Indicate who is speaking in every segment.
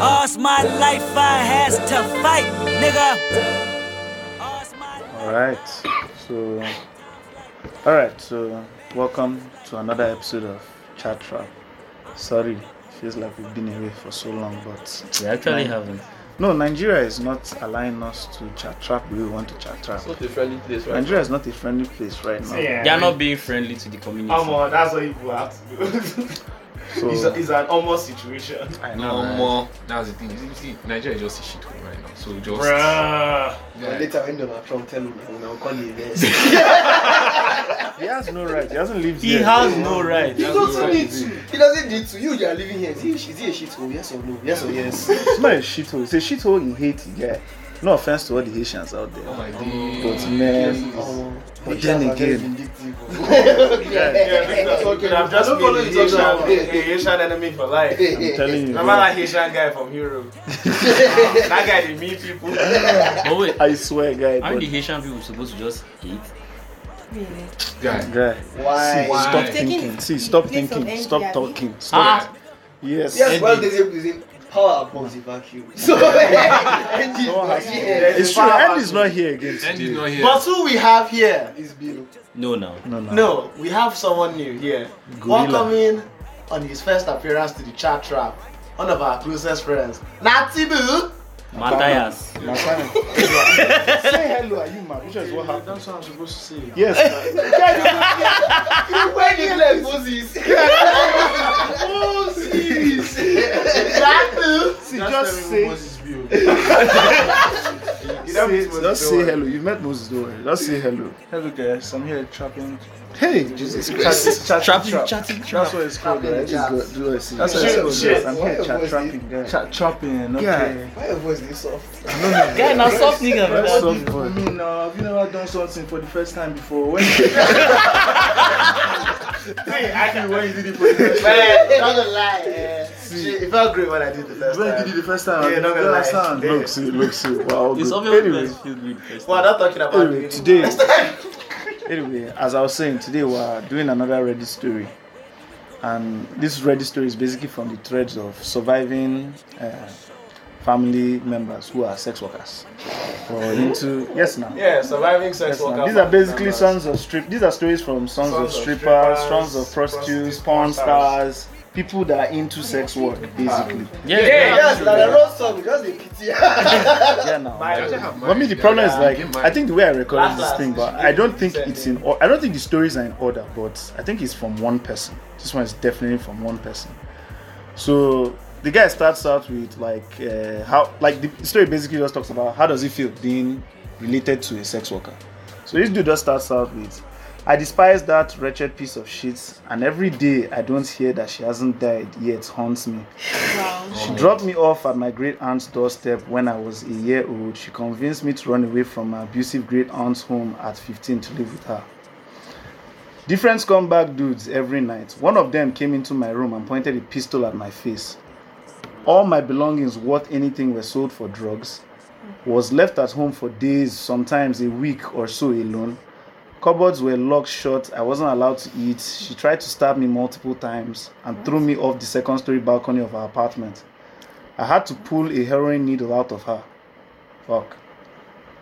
Speaker 1: All's my life I has to fight, nigga.
Speaker 2: Alright, so alright, so welcome to another episode of Chat Trap. Sorry, feels like we've been away for so long, but
Speaker 3: We actually
Speaker 2: Ni-
Speaker 3: haven't.
Speaker 2: No, Nigeria is not allowing us to chat trap the way we want to chat trap.
Speaker 4: It's not a friendly place, right?
Speaker 2: Nigeria is not a friendly place right now.
Speaker 3: They are not being friendly to the community.
Speaker 5: Come on, that's what you have to do.
Speaker 2: So
Speaker 5: it's, a, it's an almost situation.
Speaker 2: I know.
Speaker 6: No
Speaker 2: right?
Speaker 6: more. That's the thing. You see, Nigeria is just a shit hole right now. So just
Speaker 5: Bruh.
Speaker 6: Yeah.
Speaker 4: Later when Donald Trump tell me, I'll call you there.
Speaker 2: He has no right. He hasn't lived
Speaker 3: He
Speaker 2: here.
Speaker 3: has no right.
Speaker 4: He
Speaker 6: That's
Speaker 4: doesn't
Speaker 6: right.
Speaker 4: need to. He doesn't need to. You, you are living here. Is he, is he a shithole? Yes or no? Yes or yes?
Speaker 2: It's not a shithole. It's a shithole in Haiti, yeah. No offense to all the Haitians out there.
Speaker 6: Oh my god.
Speaker 2: But man,
Speaker 4: Um,
Speaker 2: But then again-
Speaker 5: I've just been a Haitian, a Haitian enemy for life.
Speaker 2: I'm telling you.
Speaker 5: Remember that Haitian guy from Europe? that guy, they meet people.
Speaker 3: But Oh, wait,
Speaker 2: I swear, guy.
Speaker 3: aren't the
Speaker 2: But,
Speaker 3: Haitian people supposed to just hate?
Speaker 6: Guy.
Speaker 2: guy.
Speaker 4: Why?
Speaker 2: See,
Speaker 6: Why?
Speaker 2: stop
Speaker 6: Taking
Speaker 2: thinking. See, stop
Speaker 7: the place of
Speaker 2: thinking.
Speaker 7: envy,
Speaker 2: Stop
Speaker 7: abi?
Speaker 2: talking. Stop.
Speaker 3: Ah,
Speaker 2: E. Yes.
Speaker 4: Yes, well, there's a reason. Power above the vacuum. So, Andy,
Speaker 2: No one has-
Speaker 4: yeah,
Speaker 2: It's true. End E is not here again.
Speaker 6: And
Speaker 2: today.
Speaker 6: he's not here.
Speaker 5: But who we have here is Bill.
Speaker 3: no, no.
Speaker 2: No, no.
Speaker 5: No, we have someone new here.
Speaker 2: Gorilla.
Speaker 5: Welcoming on his first appearance to the chat trap, one of our closest friends, Natty Boo.
Speaker 3: Matthias.
Speaker 2: My friend. E. Say hello, are you mad? Which is what happened.
Speaker 5: That's what I'm supposed to say.
Speaker 2: Yes. man.
Speaker 4: When you left Moses.
Speaker 5: Natty.
Speaker 2: See, just say. Say- Just say hello. You've met Moses, don't worry. Just say hello. Hello, guys. I'm here trapping. Hey, Jesus Christ. Chat,
Speaker 3: Trapping, chatting,
Speaker 2: That's what it's called, right? It's
Speaker 4: Trapping
Speaker 2: good. Do I see?
Speaker 5: That's
Speaker 2: That's what
Speaker 5: what it's
Speaker 2: it's called. I'm
Speaker 5: called, yes.
Speaker 4: What
Speaker 2: here chat
Speaker 4: was
Speaker 2: trapping, guys.
Speaker 5: Chat trapping.
Speaker 2: Okay.
Speaker 4: Why your voice is soft?
Speaker 3: Guy, now soft nigga.
Speaker 2: That's
Speaker 3: man.
Speaker 2: soft boy.
Speaker 5: I mean, uh, have you never done something for the first time before?
Speaker 2: When
Speaker 5: When
Speaker 2: you did it for the first
Speaker 5: Man, not gonna lie. eh, shit, It felt great when I did the first
Speaker 2: When you did
Speaker 5: time.
Speaker 2: it the first time,
Speaker 5: Yeah,
Speaker 2: I did
Speaker 5: not gonna
Speaker 2: the
Speaker 5: lie.
Speaker 2: last time.
Speaker 5: Yeah.
Speaker 2: Look, see, look, see. Wow.
Speaker 3: It's
Speaker 2: good.
Speaker 3: obvious
Speaker 2: Anyway,
Speaker 3: guys feel good first.
Speaker 5: We're not talking about
Speaker 2: anyway,
Speaker 5: it.
Speaker 2: today, anyway, as I was saying, today we are doing another Reddit story. And this Reddit story is basically from the threads of surviving uh, family members who are sex workers. Or into, yes, now.
Speaker 5: Hmm? Yeah, surviving sex
Speaker 2: Yes, ma'am.
Speaker 5: worker.
Speaker 2: These are
Speaker 5: family
Speaker 2: basically
Speaker 5: members.
Speaker 2: sons of strip. These are stories from sons, of, strippers, sons of prostitutes,
Speaker 5: prostitutes,
Speaker 2: porn
Speaker 5: porn
Speaker 2: stars, people that are into sex work, basically.
Speaker 5: Ah.
Speaker 3: Yeah,
Speaker 4: Yes, like a road song, just a pity.
Speaker 2: yeah, now.
Speaker 5: My-
Speaker 6: Doesn't have
Speaker 2: But I mean, the
Speaker 6: mind.
Speaker 2: problem
Speaker 6: Yeah,
Speaker 2: is
Speaker 6: get
Speaker 2: like
Speaker 6: mind.
Speaker 2: I think the way I recorded
Speaker 5: Last,
Speaker 2: this
Speaker 5: last,
Speaker 2: thing,
Speaker 5: we
Speaker 2: but
Speaker 5: should
Speaker 2: I don't
Speaker 5: do
Speaker 2: think
Speaker 5: send
Speaker 2: it's
Speaker 5: it.
Speaker 2: in. Or, I don't think the stories are in order, but I think it's from one person. This one is definitely from one person. So the guy starts out with like uh, how like the story basically just talks about how does it feel being related to a sex worker. So this dude just starts out with. I despise that wretched piece of shit, and every day I don't hear that she hasn't died yet haunts me. She dropped me off at my great aunt's doorstep when I was a year old. She convinced me to run away from my abusive great aunt's home at 15 to live with her. Different scumbag dudes every night. One of them came into my room and pointed a pistol at my face. All my belongings, worth anything, were sold for drugs. Was left at home for days, sometimes a week or so alone. Cupboards were locked shut. I wasn't allowed to eat. She tried to stab me multiple times and threw me off the second story balcony of our apartment. I had to pull a heroin needle out of her. Fuck.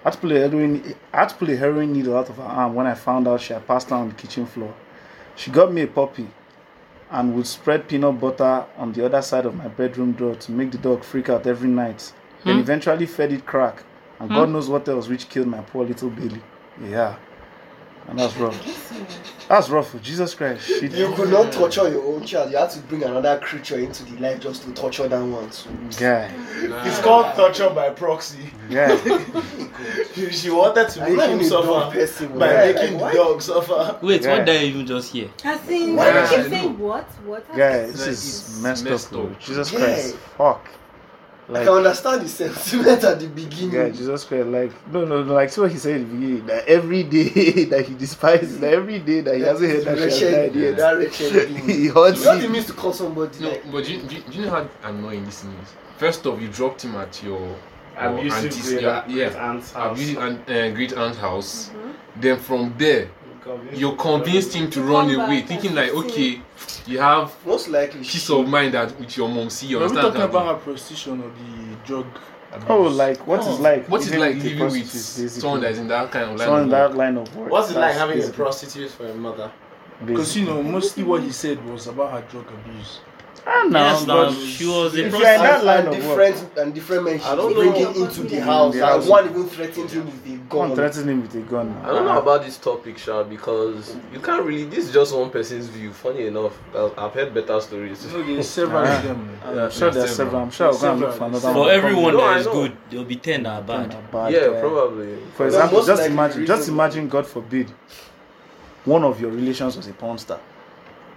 Speaker 2: I had to pull a heroin, I had to pull a heroin needle out of her arm when I found out she had passed out on the kitchen floor. She got me a puppy and would spread peanut butter on the other side of my bedroom door to make the dog freak out every night. Then eventually fed it crack and God knows what else, which killed my poor little Billy. Yeah. And that's rough. That's rough. Jesus Christ. Shit.
Speaker 4: You could not torture your own child. You had to bring another creature into the life just to torture that one too.
Speaker 2: Guy.
Speaker 5: It's called torture by proxy.
Speaker 2: Guy.
Speaker 5: She she wanted to
Speaker 4: I
Speaker 5: make
Speaker 4: am
Speaker 5: him
Speaker 4: a dog
Speaker 5: suffer
Speaker 4: person.
Speaker 5: by
Speaker 4: Like,
Speaker 5: making the
Speaker 4: why-
Speaker 5: dog suffer.
Speaker 3: Wait,
Speaker 2: Yeah.
Speaker 3: what did I even just hear?
Speaker 7: As in,
Speaker 4: Why
Speaker 7: why do
Speaker 6: not?
Speaker 7: you say what? What?
Speaker 2: Guy. This
Speaker 6: Like,
Speaker 2: is
Speaker 6: it's
Speaker 2: messed,
Speaker 6: messed
Speaker 2: up. bro.
Speaker 6: up.
Speaker 2: Jesus
Speaker 4: Yeah.
Speaker 2: Christ. Fuck.
Speaker 4: I
Speaker 2: Like,
Speaker 4: can understand the sentiment at the beginning.
Speaker 2: Yeah, Jesus Christ, like no, no, no, like so he said at the beginning that every day that he despises, that every day that he hasn't heard that she has
Speaker 4: wretched,
Speaker 2: died
Speaker 4: yeah,
Speaker 2: yet,
Speaker 4: that wretched
Speaker 2: he
Speaker 4: being.
Speaker 2: haunts
Speaker 4: You know what it
Speaker 2: him.
Speaker 4: means to call somebody
Speaker 6: No,
Speaker 4: like
Speaker 6: but do you, do, you, do you know how annoying this thing is? First off, you dropped him at your your auntie's-
Speaker 5: great
Speaker 6: yeah, yeah,
Speaker 5: aunt's
Speaker 6: abusive aunt, uh, great aunt's house. Then from there,
Speaker 4: convinced
Speaker 6: you convinced him to run away, thinking like, okay, you have
Speaker 4: Most likely.
Speaker 6: peace of mind that with your mom, see, you
Speaker 7: Are we
Speaker 6: understand?
Speaker 7: talking
Speaker 6: that-
Speaker 7: about her prostitution or the drug? abuse?
Speaker 2: Oh, like what is
Speaker 3: Oh,
Speaker 2: like?
Speaker 6: What is it like
Speaker 2: living with a
Speaker 6: living with
Speaker 2: prostitute,
Speaker 6: someone that is in that kind of
Speaker 2: basically?
Speaker 6: line? of
Speaker 2: someone in that
Speaker 6: work?
Speaker 2: line of work?
Speaker 8: What's it like
Speaker 2: That's
Speaker 8: having a
Speaker 2: basically-
Speaker 8: prostitute for a mother?
Speaker 7: Because
Speaker 2: basically.
Speaker 7: you know, mostly what he said was about her drug abuse.
Speaker 2: Ah, no,
Speaker 3: Yes, now
Speaker 2: but
Speaker 3: she was a
Speaker 2: if you're in
Speaker 3: prostitute.
Speaker 2: that
Speaker 4: and,
Speaker 2: line
Speaker 4: and
Speaker 2: of work,
Speaker 4: different and different men
Speaker 8: I don't
Speaker 4: she's
Speaker 8: know.
Speaker 4: bringing into the
Speaker 2: Yeah,
Speaker 4: house,
Speaker 2: the house.
Speaker 4: and one even threatened him with a
Speaker 2: one
Speaker 4: gun.
Speaker 2: threatening him with a gun.
Speaker 9: I don't know about this topic, Sha, because you can't really. This is just one person's view. Funny enough, I- I've heard better stories.
Speaker 7: You know, there's several
Speaker 2: Ah.
Speaker 7: of them.
Speaker 2: I'm sure
Speaker 6: there are
Speaker 2: there's several.
Speaker 6: several.
Speaker 2: I'm sure I'll go and look for
Speaker 7: Several.
Speaker 2: another one.
Speaker 3: For everyone
Speaker 9: No,
Speaker 3: that
Speaker 9: I
Speaker 3: is
Speaker 9: know.
Speaker 3: good, there'll be ten that are bad.
Speaker 2: Bad,
Speaker 9: Yeah,
Speaker 2: uh,
Speaker 9: probably.
Speaker 2: For example,
Speaker 4: most
Speaker 2: just
Speaker 4: likely
Speaker 2: imagine, just
Speaker 4: reason-
Speaker 2: imagine, God forbid, one of your relations was a porn star.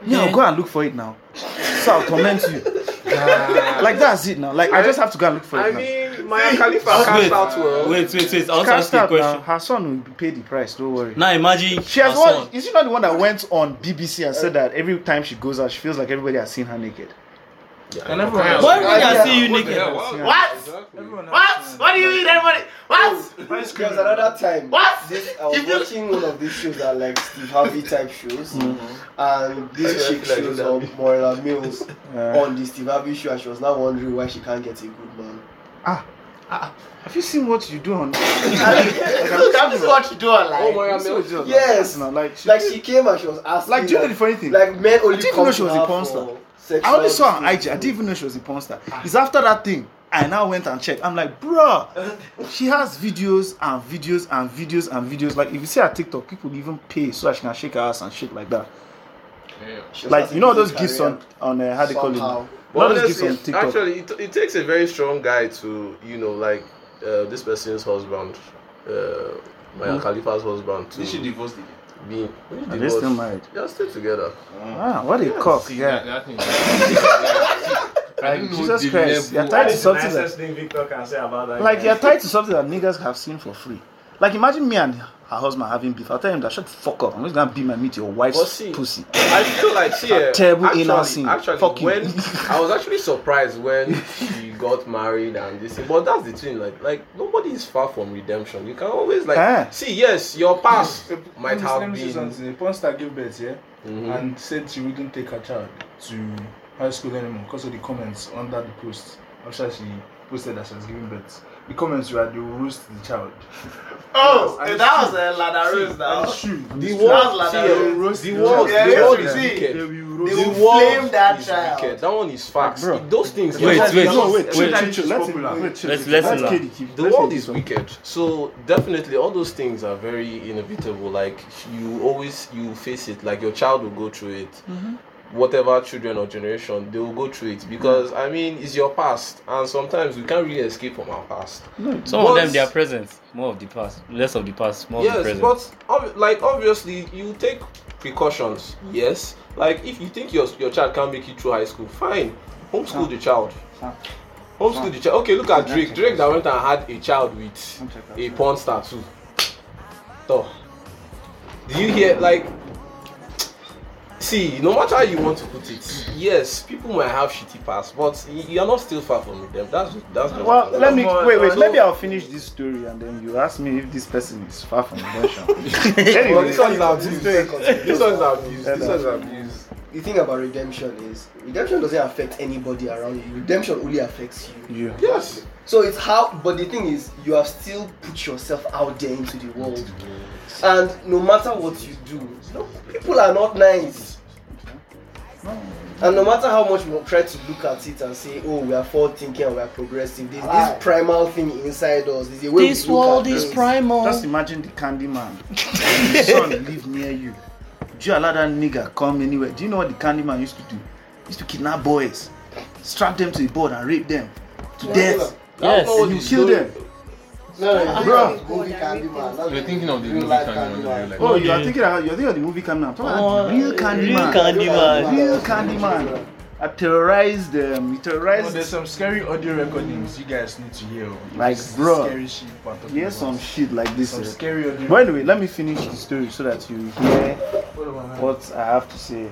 Speaker 2: Yeah,
Speaker 3: Yeah.
Speaker 2: go and look for it now. So I'll torment you. like that's it now. Like I just have to go and look for it
Speaker 9: I
Speaker 2: now.
Speaker 9: mean, Maya Khalifa
Speaker 3: Wait,
Speaker 9: can't out well.
Speaker 3: wait, wait, wait. I also asked
Speaker 2: Can't
Speaker 3: you a
Speaker 2: start now.
Speaker 3: question.
Speaker 2: Her son will pay the price. Don't worry.
Speaker 3: Now imagine
Speaker 2: She has
Speaker 3: her
Speaker 2: one.
Speaker 3: son.
Speaker 2: Is she not the one that went on BBC and said that every time she goes out, she feels like everybody has seen her naked?
Speaker 7: And everyone else.
Speaker 3: Why would I
Speaker 4: Yeah.
Speaker 3: see you
Speaker 6: What the
Speaker 3: naked?
Speaker 6: hell? Wow.
Speaker 8: What?
Speaker 7: Everyone
Speaker 8: What?
Speaker 7: else,
Speaker 8: What do you mean, everybody?
Speaker 4: Oh,
Speaker 8: What?
Speaker 4: There was another time.
Speaker 8: What?
Speaker 4: This, I was
Speaker 8: If you-
Speaker 4: watching one of these shows that are like Steve Harvey type shows,
Speaker 2: Mm-hmm.
Speaker 4: and
Speaker 9: I
Speaker 4: this chick
Speaker 9: feel like
Speaker 4: shows
Speaker 9: that.
Speaker 4: up Moira Mills
Speaker 2: Uh,
Speaker 4: on the Steve Harvey show, and she was now wondering why she can't get a good man.
Speaker 2: have you seen what you do on?
Speaker 8: That is what you do
Speaker 6: Oh,
Speaker 8: online.
Speaker 6: Maya
Speaker 2: Have you seen what
Speaker 6: Mills.
Speaker 2: you do on-
Speaker 4: Yes.
Speaker 2: Now, like, she,
Speaker 4: Like she came and she was asking,
Speaker 2: like, do you know the funny thing?
Speaker 4: like men only
Speaker 2: I didn't
Speaker 4: come
Speaker 2: know she
Speaker 4: to
Speaker 2: was a
Speaker 4: her
Speaker 2: porn
Speaker 4: for
Speaker 2: star.
Speaker 4: sexual
Speaker 2: I only saw her on IG. I
Speaker 4: things.
Speaker 2: didn't even know she was a porn star. It's after that thing. I now went and checked. I'm like, bruh, she has videos and videos and videos and videos. Like, if you see her TikTok, people even pay so that she can shake her ass and shit like that.
Speaker 6: Yeah.
Speaker 4: She was
Speaker 2: Like,
Speaker 4: asking
Speaker 2: you know
Speaker 4: for
Speaker 2: those
Speaker 4: a
Speaker 2: gifts
Speaker 4: career
Speaker 2: on on uh, how they call it?
Speaker 4: somehow.
Speaker 2: Not
Speaker 9: Well,
Speaker 2: those gifts on
Speaker 9: honestly,
Speaker 2: TikTok.
Speaker 9: actually, it, it takes a very strong guy to, you know, like uh, this person's husband, uh, Maya Khalifa's husband, to
Speaker 6: Did she divorce the
Speaker 9: be.
Speaker 2: Are they still married?
Speaker 9: They're still together.
Speaker 2: Ah, what a cock!
Speaker 6: See, that,
Speaker 2: Yeah,
Speaker 6: that thing. I don't know
Speaker 2: Jesus
Speaker 6: the
Speaker 2: Christ, you're
Speaker 6: level
Speaker 2: tied
Speaker 6: of-
Speaker 2: to something that,
Speaker 8: thing Victor can say about that.
Speaker 2: like you're tied to something that niggas have seen for free. Like, imagine me and her husband having beef. I'll tell him that shut the fuck up. I'm just gonna beat my meat to your wife's
Speaker 9: But see-
Speaker 2: pussy.
Speaker 9: I feel like see, eh,
Speaker 2: terrible
Speaker 9: actually,
Speaker 2: anal scene.
Speaker 9: Actually,
Speaker 2: Fuck you.
Speaker 9: when I was actually surprised when she got married and this, thing. but that's the thing. Like, like nobody is far from redemption. You can always like
Speaker 2: Eh.
Speaker 9: see. Yes, your past might
Speaker 7: Let me- let
Speaker 9: have
Speaker 7: me say
Speaker 9: been.
Speaker 7: something. A porn star gave birth, yeah,
Speaker 9: Mhm.
Speaker 7: and said she wouldn't take her child to high school anymore because of the comments under the post after she posted that she was giving birth. The comments were they will roast the child.
Speaker 8: Oh, eh, that was a Lada Rose now.
Speaker 7: And it's true.
Speaker 9: The
Speaker 7: It's
Speaker 9: world,
Speaker 8: That's
Speaker 9: see,
Speaker 8: like-
Speaker 9: eh,
Speaker 7: roast
Speaker 9: the
Speaker 7: the
Speaker 8: child.
Speaker 9: world, the
Speaker 8: Yeah,
Speaker 9: world
Speaker 8: yeah,
Speaker 9: is
Speaker 8: yeah.
Speaker 9: wicked.
Speaker 7: will
Speaker 8: They
Speaker 9: The
Speaker 8: will
Speaker 9: world
Speaker 8: flame that
Speaker 9: is
Speaker 8: child.
Speaker 9: wicked. That one is facts.
Speaker 2: Bro.
Speaker 9: Those things.
Speaker 3: Wait,
Speaker 9: Those
Speaker 3: wait,
Speaker 9: things-
Speaker 7: no, wait,
Speaker 3: wait.
Speaker 7: wait, chill, let him- wait, chill,
Speaker 3: Let's-
Speaker 7: chill,
Speaker 3: let's
Speaker 7: let
Speaker 3: allow.
Speaker 7: KD keep-
Speaker 9: The
Speaker 2: Let's
Speaker 9: world
Speaker 2: say
Speaker 9: is
Speaker 2: this one.
Speaker 9: wicked, so definitely all those things are very inevitable. Like you always you face it. Like your child will go through it.
Speaker 3: Mm-hmm.
Speaker 9: Whatever children or generation, they will go through it because
Speaker 3: Mm.
Speaker 9: I mean it's your past, and sometimes we can't really escape from our past.
Speaker 3: Some
Speaker 9: But-
Speaker 3: of them, they are present. More of the past, less of the past, more of the
Speaker 9: yes,
Speaker 3: present.
Speaker 9: but ob- like obviously you take precautions.
Speaker 3: Mm.
Speaker 9: Yes, like if you think your your child can't make it through high school, fine,
Speaker 3: Ah.
Speaker 9: homeschool the child. Homeschool the child. Okay, look at Drake. Drake that went and had a child with a porn star too. So, do you hear like? See, no matter how you want to put it, yes, people might have shitty past, but y- you're not still far from them. That's that's. just-
Speaker 2: Well, let me
Speaker 6: Come on,
Speaker 2: wait, wait.
Speaker 6: so-
Speaker 2: Maybe I'll finish this story and then you ask me if this person is far from redemption.
Speaker 9: Well,
Speaker 2: anyway,
Speaker 9: this one is abuse.
Speaker 4: This one is-
Speaker 9: This one is abuse. This one is abuse.
Speaker 4: The thing about redemption is redemption doesn't affect anybody around you. Redemption only affects you.
Speaker 2: you.
Speaker 9: Yes.
Speaker 4: So it's how. But the thing is, you have still put yourself out there into the world, and no matter what you do, no- people are not nice. And no matter how much we try to look at it and say, oh, we are forward thinking and we are progressive, there's this primal thing inside us. There's a way we look at things.
Speaker 2: Just imagine the candy man. Your son live near you. Do you allow that nigga come anywhere? Do you know what the candy man used to do? He used to kidnap boys, strap them to the board and rape them to death.
Speaker 3: Yes.
Speaker 7: Oh,
Speaker 2: And you kill them.
Speaker 4: No, no, no,
Speaker 2: Bro.
Speaker 4: it's movie Candyman. That's
Speaker 6: You're thinking of the
Speaker 4: real
Speaker 6: movie
Speaker 4: life
Speaker 6: Candyman. You're like,
Speaker 2: Oh, you are thinking about, you're thinking of the movie coming out.
Speaker 3: Oh,
Speaker 2: real candy man.
Speaker 3: Candy man.
Speaker 2: Real candy man. I terrorized them. He
Speaker 7: But
Speaker 2: terrorized
Speaker 7: Oh, there's some scary audio recordings you guys need to hear.
Speaker 2: Like,
Speaker 7: It's
Speaker 2: bro,
Speaker 7: Scary shit. we're talking
Speaker 2: Here's
Speaker 7: about.
Speaker 2: some shit like this.
Speaker 7: some
Speaker 2: eh.
Speaker 7: scary audio.
Speaker 2: By the way, let me finish the story so that you hear
Speaker 7: What about that?
Speaker 2: what I have to say.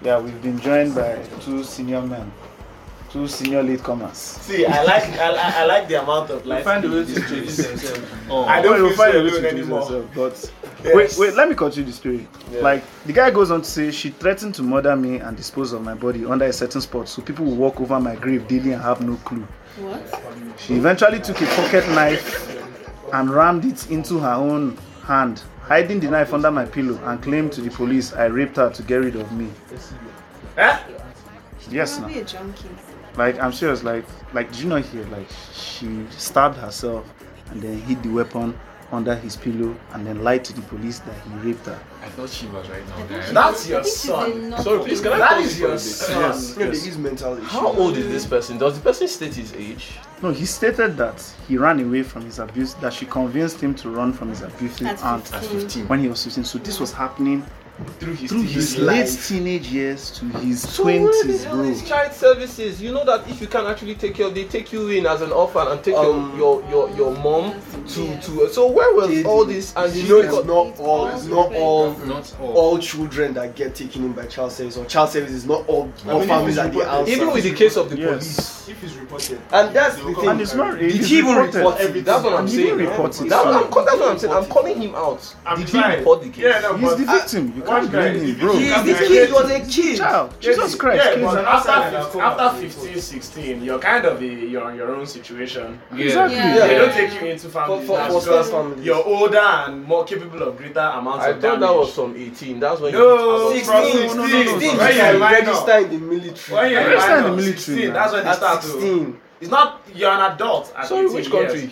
Speaker 2: Yeah, we've been joined by two senior men two senior latecomers.
Speaker 8: See, I like I, li- I like the amount of
Speaker 7: They
Speaker 8: life.
Speaker 7: find a way to introduce themselves. Oh.
Speaker 8: I don't
Speaker 2: Well,
Speaker 8: feel
Speaker 2: we'll find
Speaker 8: so
Speaker 2: a way to
Speaker 8: alone
Speaker 2: introduce
Speaker 8: anymore.
Speaker 2: herself, But
Speaker 8: Yes.
Speaker 2: wait, wait, let me continue the story. Like the guy goes on to say, she threatened to murder me and dispose of my body under a certain spot, so people will walk over my grave daily and have no clue. What? She eventually took a pocket knife and rammed it into her own hand, hiding the knife under my pillow, and claimed to the police I raped her to get rid of me. Yes, now.
Speaker 10: Be a junkie.
Speaker 2: Like I'm serious. Like like did you not hear? Like she stabbed herself and then hid the weapon under his pillow and then lied to the police that he raped her.
Speaker 6: I thought she was right now. guys.
Speaker 8: That's your
Speaker 10: I think she's
Speaker 8: son.
Speaker 10: enough.
Speaker 9: Sorry, please, can I
Speaker 8: That
Speaker 9: pause
Speaker 8: is
Speaker 9: for a
Speaker 8: your
Speaker 9: bit?
Speaker 8: son.
Speaker 4: You know, they use mental issues.
Speaker 9: How old is this person? Does the person state his age?
Speaker 2: No, he stated that he ran away from his abuse, that she convinced him to run from his abusive
Speaker 10: At
Speaker 2: aunt
Speaker 10: 15.
Speaker 2: when he was 15. So this was happening
Speaker 8: Through his,
Speaker 2: through his late teenage years to his
Speaker 9: So where the
Speaker 2: 20s,
Speaker 9: hell is
Speaker 2: bro.
Speaker 9: child services? You know that if you can actually take care, they take you in as an orphan and take
Speaker 4: Um,
Speaker 9: your, your your your mom to
Speaker 10: Yes.
Speaker 9: to. uh, So where was
Speaker 4: They-
Speaker 9: all this? And
Speaker 4: You know, it's
Speaker 9: got-
Speaker 4: not all. It's not all.
Speaker 6: Not all.
Speaker 4: All children that get taken in by child service or child service is not all, all
Speaker 7: mean,
Speaker 4: families
Speaker 7: if
Speaker 4: at
Speaker 7: you
Speaker 4: the
Speaker 7: put-
Speaker 4: answer.
Speaker 9: even with the case of the
Speaker 2: Yes.
Speaker 9: police.
Speaker 7: If it's reported,
Speaker 4: and that's
Speaker 7: they
Speaker 4: the
Speaker 7: will
Speaker 4: thing.
Speaker 7: come
Speaker 2: And it's not.
Speaker 7: Did
Speaker 2: it is
Speaker 4: he even
Speaker 2: reported.
Speaker 4: report
Speaker 7: everything.
Speaker 9: That's what I'm
Speaker 2: He didn't
Speaker 9: saying. That's
Speaker 2: report
Speaker 9: what
Speaker 2: it.
Speaker 9: I'm,
Speaker 2: So
Speaker 9: ca- that's what I'm saying. I'm calling him out.
Speaker 7: I'm
Speaker 9: Did
Speaker 7: trying.
Speaker 9: he report the case?
Speaker 7: Yeah, no,
Speaker 2: He's
Speaker 7: but
Speaker 2: the victim. You
Speaker 7: one
Speaker 2: can't
Speaker 7: guy
Speaker 2: blame
Speaker 7: is
Speaker 2: him,
Speaker 7: the
Speaker 2: bro.
Speaker 7: victim.
Speaker 4: He- this kid was a kid.
Speaker 2: Child, Jesus Christ.
Speaker 7: Yeah,
Speaker 2: kids
Speaker 7: but
Speaker 2: are-
Speaker 7: after, 15, after 15, 16, you're kind of a, you're on your own situation.
Speaker 2: Exactly.
Speaker 10: Yeah.
Speaker 4: Yeah.
Speaker 7: They don't take you into
Speaker 4: For,
Speaker 7: family
Speaker 4: for,
Speaker 7: now
Speaker 4: for
Speaker 7: because
Speaker 4: families.
Speaker 7: you're older and more capable of greater amounts
Speaker 9: I
Speaker 7: of
Speaker 9: thought
Speaker 7: damage.
Speaker 9: that was from 18. That's when.
Speaker 7: no,
Speaker 9: you
Speaker 7: from
Speaker 4: 16,
Speaker 7: 16,
Speaker 4: no, no, no, no,
Speaker 7: 16,
Speaker 4: no.
Speaker 7: when you're a minor.
Speaker 4: register in the military.
Speaker 7: When you're a
Speaker 2: I understand
Speaker 7: minor,
Speaker 2: the military
Speaker 7: 16,
Speaker 2: now.
Speaker 7: that's when they
Speaker 4: at
Speaker 7: start to.
Speaker 4: 16.
Speaker 7: It's not, you're an adult. At
Speaker 9: Sorry,
Speaker 7: 18
Speaker 9: which
Speaker 7: years.
Speaker 9: country?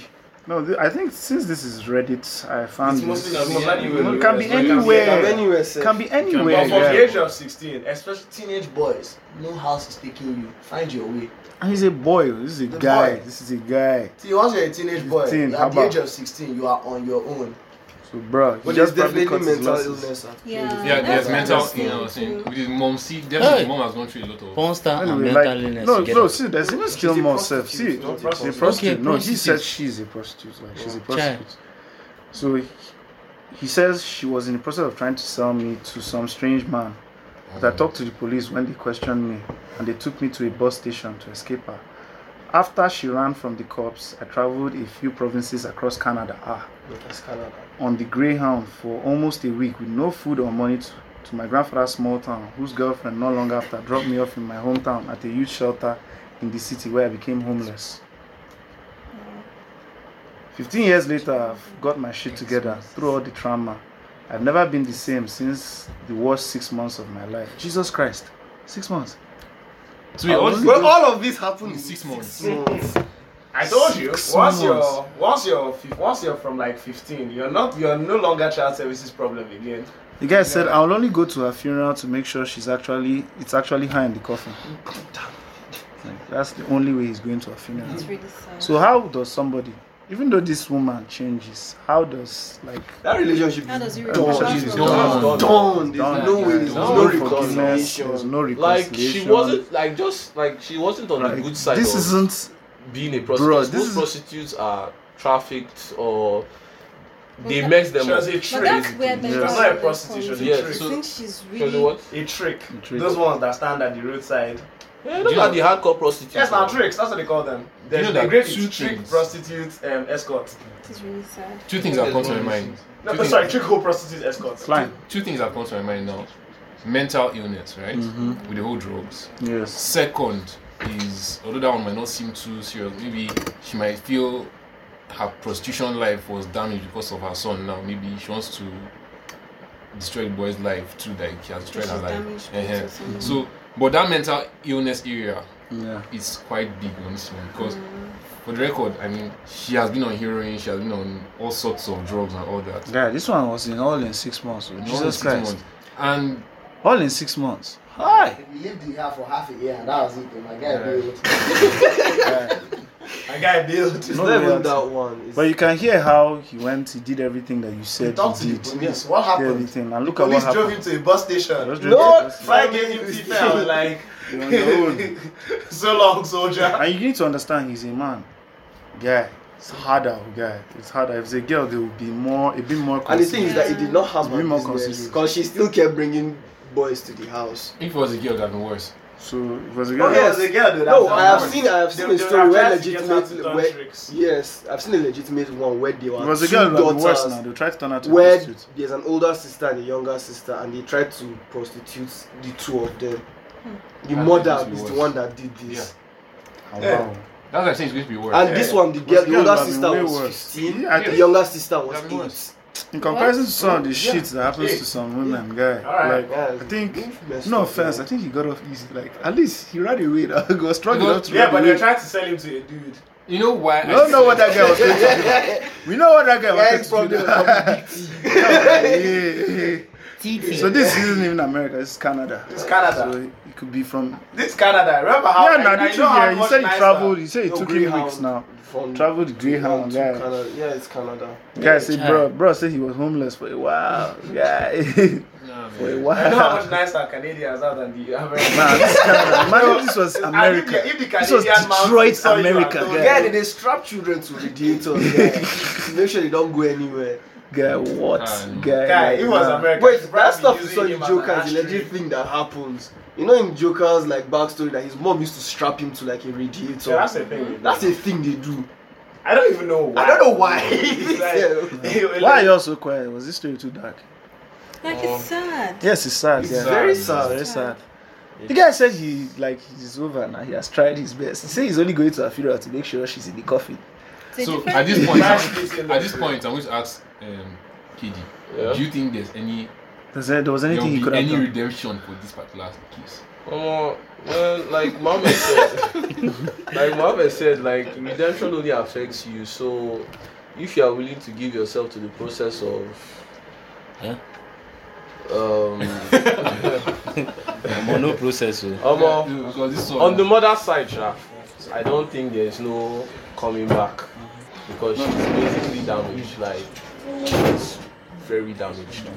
Speaker 2: No, th- I think since this is Reddit, I found
Speaker 7: It's mostly
Speaker 2: this.
Speaker 7: Nigeria.
Speaker 2: No, it can be
Speaker 7: It can be
Speaker 4: From
Speaker 2: anywhere.
Speaker 4: anywhere, sir.
Speaker 2: Can be anywhere.
Speaker 7: But from
Speaker 2: yeah.
Speaker 7: the age of 16, especially
Speaker 8: Teenage boys, no house is taking you. Find your way.
Speaker 2: And he's a boy. This is a guy.
Speaker 8: boy.
Speaker 2: This is a guy.
Speaker 8: See, once you're a teenage boy,
Speaker 2: Fifteen, how
Speaker 8: at the
Speaker 2: about-
Speaker 8: age of 16, you are on your own.
Speaker 2: So, bro, he
Speaker 4: But there's
Speaker 2: just probably
Speaker 4: definitely
Speaker 2: cut his
Speaker 4: mental
Speaker 2: losses.
Speaker 4: illness. at play.
Speaker 10: Yeah,
Speaker 6: Yeah,
Speaker 10: that's
Speaker 6: there's
Speaker 10: what
Speaker 6: mental
Speaker 10: I'm saying
Speaker 6: illness.
Speaker 10: too.
Speaker 6: With his mom, see, definitely
Speaker 3: Hey.
Speaker 6: mom has gone through a lot of.
Speaker 3: Porn star and
Speaker 2: Anyway,
Speaker 3: mental
Speaker 2: like,
Speaker 3: illness
Speaker 2: no,
Speaker 3: together.
Speaker 2: no, see, there's even still
Speaker 4: She's a
Speaker 2: more self.
Speaker 4: prostitute, not a
Speaker 2: See, she's a
Speaker 4: prostitute.
Speaker 2: prostitute.
Speaker 3: Okay,
Speaker 2: no, he
Speaker 3: prostitute.
Speaker 2: said she's a prostitute. Like, she's a prostitute. So, he, he says she was in the process of trying to sell me to some strange man. But
Speaker 3: Oh.
Speaker 2: I talked to the police when they questioned me, and they took me to a bus station to escape her. After she ran from the cops, I traveled a few provinces across Canada. Ah,
Speaker 4: That's Canada.
Speaker 2: on the Greyhound for almost a week with no food or money to, to my grandfather's small town, whose girlfriend not long after dropped me off in my hometown at a youth shelter in the city where I became homeless. 15 years later, I've got my shit together through all the trauma. I've never been the same since the worst six months of my life. Jesus Christ, six months.
Speaker 6: So, wait, all this-
Speaker 4: Well, all of this happened in
Speaker 6: in six months.
Speaker 4: months.
Speaker 7: I told you
Speaker 2: Six
Speaker 7: once you're
Speaker 2: months.
Speaker 7: once you're fif- once you're from like 15, you're not you're no longer child services problem again.
Speaker 2: The guy said, "I'll only go to her funeral to make sure she's actually it's actually her in the coffin." Like, that's the only way he's going to her funeral.
Speaker 10: It's really sad.
Speaker 2: So how does somebody, even though this woman changes, how does like
Speaker 4: That relationship
Speaker 10: How does
Speaker 4: is
Speaker 10: he
Speaker 2: Don't.
Speaker 10: recover
Speaker 2: She's
Speaker 10: from
Speaker 6: done.
Speaker 10: that?
Speaker 4: done. Done. There's
Speaker 2: Done.
Speaker 4: no way. There's
Speaker 9: Done.
Speaker 2: there's
Speaker 4: no
Speaker 2: no forgiveness,
Speaker 4: reconciliation.
Speaker 2: there's no
Speaker 9: Like
Speaker 2: reconciliation?
Speaker 9: she wasn't like just like she wasn't on the
Speaker 2: Like,
Speaker 9: good side.
Speaker 2: This
Speaker 9: of-
Speaker 2: isn't
Speaker 9: being a
Speaker 2: Bro,
Speaker 9: prostitute.
Speaker 2: this
Speaker 9: Most
Speaker 2: is-
Speaker 9: prostitutes are trafficked or they
Speaker 10: But
Speaker 9: mess them
Speaker 7: She
Speaker 9: up.
Speaker 7: was a
Speaker 10: But
Speaker 7: trick.
Speaker 10: that's where mental
Speaker 2: Yes.
Speaker 7: She was not a
Speaker 10: illness
Speaker 7: prostitute. She
Speaker 10: comes
Speaker 7: was
Speaker 10: in.
Speaker 7: a
Speaker 9: Yes.
Speaker 7: trick.
Speaker 10: I
Speaker 9: So-
Speaker 10: think she's
Speaker 9: She was a
Speaker 10: really
Speaker 9: what?
Speaker 7: a trick.
Speaker 2: trick.
Speaker 7: Those ones that stand at the roadside.
Speaker 9: Yeah, those
Speaker 6: Yeah.
Speaker 9: are the hardcore prostitutes.
Speaker 7: Yes, now
Speaker 9: man.
Speaker 7: tricks. That's what they call them. They,
Speaker 6: You know
Speaker 7: they
Speaker 6: that
Speaker 7: grade
Speaker 6: two
Speaker 7: it trick
Speaker 6: things-
Speaker 7: prostitutes um, escorts.
Speaker 10: it's really sad.
Speaker 6: Two things have come to my mind.
Speaker 7: No,
Speaker 6: Two things-
Speaker 7: sorry, trick whole prostitutes escorts.
Speaker 2: client.
Speaker 6: Two things have come to my mind now. Mental illness, right?
Speaker 2: Mm-hmm.
Speaker 6: With the whole drugs.
Speaker 2: Yes.
Speaker 6: Second is although that one might not seem too serious, maybe she might feel her prostitution life was damaged because of her son now. Maybe she wants to destroy the boy's life too, like she has destroyed
Speaker 10: She's
Speaker 6: her
Speaker 10: damaged
Speaker 6: life. Uh-huh.
Speaker 10: or something.
Speaker 6: So but that mental illness area
Speaker 2: Yeah.
Speaker 6: is quite big on this one because
Speaker 10: Mm.
Speaker 6: for the record, I mean she has been on heroin, she has been on all sorts of drugs and all that.
Speaker 2: Yeah. This one was in all in six months. oh,
Speaker 6: All in
Speaker 2: Jesus
Speaker 6: six
Speaker 2: Christ.
Speaker 6: months. And
Speaker 2: All in six months.
Speaker 8: Hi. If you lived here for half a year, and that was it. oh, My guy, yeah.
Speaker 7: A guy built.
Speaker 4: It's
Speaker 2: No
Speaker 4: not even
Speaker 2: reality.
Speaker 4: that one. It's-
Speaker 2: But you can hear how he went. He did everything that you said
Speaker 7: Talk
Speaker 2: he
Speaker 7: to the
Speaker 2: did. He
Speaker 7: police.
Speaker 8: What
Speaker 2: did
Speaker 8: happened?
Speaker 2: everything, and look at what
Speaker 7: Police drove
Speaker 2: happened.
Speaker 7: him to a bus station.
Speaker 2: Just drink it, just-
Speaker 7: Fry gave him tifa. I was like,
Speaker 2: on your own.
Speaker 7: so long, soldier.
Speaker 2: And you need to understand he's a man. Guy. It's harder, guy. It's harder. If it's a girl, they will be more a bit more
Speaker 4: And the thing is that it did not harm
Speaker 2: Be more
Speaker 4: her business
Speaker 2: consistent.
Speaker 4: because she still kept bringing boys to the house.
Speaker 6: if it was a girl that'd been worse.
Speaker 2: So it was a
Speaker 4: Oh,
Speaker 2: girl.
Speaker 4: yes.
Speaker 8: There's a girl though that
Speaker 4: No,
Speaker 8: was
Speaker 4: I have
Speaker 8: born.
Speaker 4: seen, I have seen
Speaker 7: They-
Speaker 4: a
Speaker 7: they were
Speaker 4: story where
Speaker 7: trying to get her to
Speaker 4: legitimate,
Speaker 7: turn
Speaker 4: where,
Speaker 7: tricks.
Speaker 4: yes, I've seen a legitimate one where they were
Speaker 2: It was a
Speaker 4: two
Speaker 2: girl that
Speaker 4: daughters.
Speaker 2: the worst now. They tried to turn her to a
Speaker 4: where
Speaker 2: prostitute.
Speaker 4: there's an older sister and a younger sister, and they tried to prostitute the two of them. The
Speaker 6: And
Speaker 4: mother
Speaker 6: it was
Speaker 4: is the
Speaker 6: worse.
Speaker 4: one that did this, Eh.
Speaker 2: Oh,
Speaker 7: Yeah.
Speaker 2: wow.
Speaker 6: That's why I think it's going to be worse.
Speaker 4: and this one, the
Speaker 2: It was
Speaker 4: girl,
Speaker 2: a
Speaker 4: the
Speaker 2: girl that
Speaker 4: older
Speaker 2: had been
Speaker 4: sister
Speaker 2: way
Speaker 4: was
Speaker 2: worse.
Speaker 4: 15,
Speaker 2: Yeah, I
Speaker 4: the
Speaker 2: think
Speaker 4: younger sister was
Speaker 6: That'd be worse.
Speaker 4: 8.
Speaker 2: in comparison to some of the
Speaker 8: Yeah.
Speaker 2: shit that happens
Speaker 8: Yeah.
Speaker 2: to some women, guy,
Speaker 7: Alright,
Speaker 2: like
Speaker 4: guys,
Speaker 2: I think,
Speaker 4: you've messed
Speaker 2: no
Speaker 4: up, eh.
Speaker 2: offense,
Speaker 4: yeah.
Speaker 2: I think he got off easy. Like at least he ran away. Now. He was strong
Speaker 6: You know-
Speaker 2: enough to
Speaker 7: Yeah,
Speaker 2: run
Speaker 7: but
Speaker 2: away.
Speaker 7: they're trying to sell him to a dude.
Speaker 6: You know why?
Speaker 2: We don't know what that guy was going to do. We know what that guy
Speaker 4: Yeah,
Speaker 2: was
Speaker 4: it's
Speaker 2: going
Speaker 4: probably
Speaker 2: to do. Yeah, yeah, yeah. So this isn't even America. It's Canada.
Speaker 7: It's Canada.
Speaker 2: So it could be from.
Speaker 7: This Canada, remember
Speaker 5: Oh,
Speaker 7: how?
Speaker 2: yeah, now
Speaker 7: I- I
Speaker 2: did
Speaker 7: know
Speaker 2: you
Speaker 7: how
Speaker 2: hear? He
Speaker 7: much
Speaker 2: said he
Speaker 7: nicer-
Speaker 2: traveled. He said it
Speaker 4: No,
Speaker 2: took him
Speaker 4: Greyhound
Speaker 2: weeks now.
Speaker 4: From
Speaker 2: Traveled Greyhound,
Speaker 4: to
Speaker 2: guy.
Speaker 4: Canada. Yeah, it's Canada.
Speaker 2: Guy said,
Speaker 3: Yeah.
Speaker 2: bro, bro said he was homeless for a while. Yeah, for
Speaker 6: Nah,
Speaker 2: a
Speaker 6: man.
Speaker 7: I know how much
Speaker 2: while.
Speaker 7: nicer Canadians are than the Americans.
Speaker 2: Man, this Canada. Imagine this was
Speaker 7: And
Speaker 2: America.
Speaker 7: If the, if the
Speaker 2: This was
Speaker 7: Canadian mountain
Speaker 2: Detroit,
Speaker 7: saw you and
Speaker 2: America,
Speaker 7: told
Speaker 2: guy.
Speaker 7: you-
Speaker 4: Yeah, they, they strap children to radiators. Yeah. Make sure they don't go anywhere.
Speaker 2: Guy, what?
Speaker 6: Ah, no.
Speaker 2: Guy,
Speaker 7: Guy, it was
Speaker 2: nah.
Speaker 7: America.
Speaker 4: Wait,
Speaker 7: Should
Speaker 4: that
Speaker 7: be
Speaker 4: stuff you
Speaker 7: using
Speaker 4: saw in
Speaker 7: him as
Speaker 4: Joker
Speaker 7: an
Speaker 4: is a legit
Speaker 7: asterisk.
Speaker 4: thing that happens. You know, in Joker's like backstory, that his mom used to strap him to like a radiator.
Speaker 7: Yeah, that's the thing.
Speaker 4: That's a thing they do.
Speaker 7: I don't even know why.
Speaker 4: I don't know why.
Speaker 7: It's like-
Speaker 2: Why are you all so quiet? Was this story too dark?
Speaker 10: Like it's sad.
Speaker 2: Yes, it's sad.
Speaker 6: It's
Speaker 2: yeah.
Speaker 6: sad. Very
Speaker 2: sad. Very sad.
Speaker 10: sad.
Speaker 2: The guy said he like he's over now. He has tried his best. He said he's only going to her funeral to make sure she's in the coffin.
Speaker 10: It's a
Speaker 6: So
Speaker 10: different-
Speaker 6: at this point,
Speaker 7: Right.
Speaker 6: at this point, I'm going to ask um, KD.
Speaker 9: Yeah.
Speaker 6: Do you think there's any
Speaker 2: Does there, there was
Speaker 6: there
Speaker 2: anything he
Speaker 6: will
Speaker 2: could
Speaker 6: be
Speaker 2: have
Speaker 6: any
Speaker 2: done?
Speaker 6: redemption for this particular case?
Speaker 9: Omo, well, like Mohammed said, like Mohammed said, like redemption only affects you. So, if you are willing to give yourself to the process of,
Speaker 3: Yeah.
Speaker 9: um,
Speaker 3: I'm on no process. oh. So.
Speaker 9: Omo,
Speaker 6: No, because this one,
Speaker 9: on the mother's side, sha, I don't think there is no coming back because she's basically damaged. Like, she's very damaged.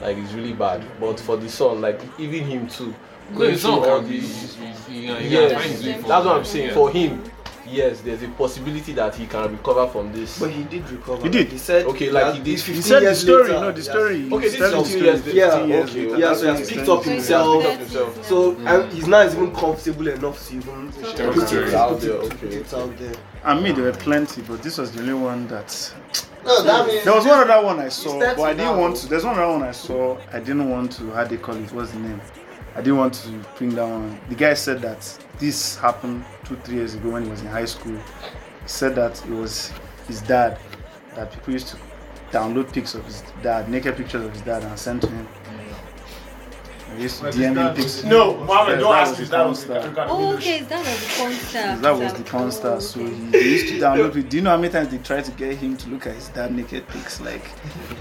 Speaker 9: Like it's really bad. But for the son, like even him too,
Speaker 6: no,
Speaker 9: going
Speaker 6: it's
Speaker 9: through
Speaker 6: not
Speaker 9: all
Speaker 6: can be.
Speaker 9: these.
Speaker 6: Yeah,
Speaker 9: Yes, that's
Speaker 10: forward.
Speaker 9: what I'm saying. For him, yes, there's a possibility that he can recover from this.
Speaker 4: But he did recover.
Speaker 2: He did.
Speaker 4: He said.
Speaker 9: Okay, like he
Speaker 4: that
Speaker 9: did.
Speaker 4: it's 15
Speaker 2: He said the
Speaker 4: years
Speaker 2: story.
Speaker 4: later.
Speaker 2: no, the
Speaker 4: Yeah.
Speaker 2: story.
Speaker 9: Okay,
Speaker 2: He
Speaker 9: this is
Speaker 2: said
Speaker 9: a
Speaker 2: the
Speaker 9: few
Speaker 2: story
Speaker 9: years later.
Speaker 2: 15
Speaker 4: Yeah,
Speaker 9: okay,
Speaker 2: later.
Speaker 9: okay.
Speaker 4: Yeah,
Speaker 2: That's
Speaker 4: so he
Speaker 2: what
Speaker 4: has
Speaker 2: he
Speaker 4: picked
Speaker 2: said.
Speaker 4: up
Speaker 10: So it's
Speaker 4: himself.
Speaker 10: not
Speaker 9: himself.
Speaker 10: that
Speaker 4: So
Speaker 2: Mm.
Speaker 4: and he's now even comfortable enough to even
Speaker 10: Okay.
Speaker 4: put
Speaker 10: Okay.
Speaker 4: it
Speaker 9: Out
Speaker 4: out
Speaker 9: there,
Speaker 4: there.
Speaker 9: okay.
Speaker 4: It's out there.
Speaker 2: I mean, there were plenty, but this was the only one that.
Speaker 4: No, that means
Speaker 2: There was one other one I saw, but I didn't
Speaker 4: now.
Speaker 2: want to. There's one other one I saw. I didn't want to. How they call it? What's the name? I didn't want to bring that one. The guy said that this happened two, three years ago when he was in high school. He said that it was his dad that people used to download pics of his dad, naked pictures of his dad, and send to him. And he used to
Speaker 7: But
Speaker 2: DM him
Speaker 7: that
Speaker 2: pics.
Speaker 7: was- No, Mohammed,
Speaker 2: Yes,
Speaker 7: don't
Speaker 2: that
Speaker 7: ask
Speaker 2: was
Speaker 7: me.
Speaker 2: the
Speaker 7: That
Speaker 2: porn
Speaker 7: was
Speaker 2: star.
Speaker 10: Oh, okay, is that was the porn star?
Speaker 2: That was the porn star. So he they used to download. pic- Do you know how many times they tried to get him to look at his dad naked pics? Like,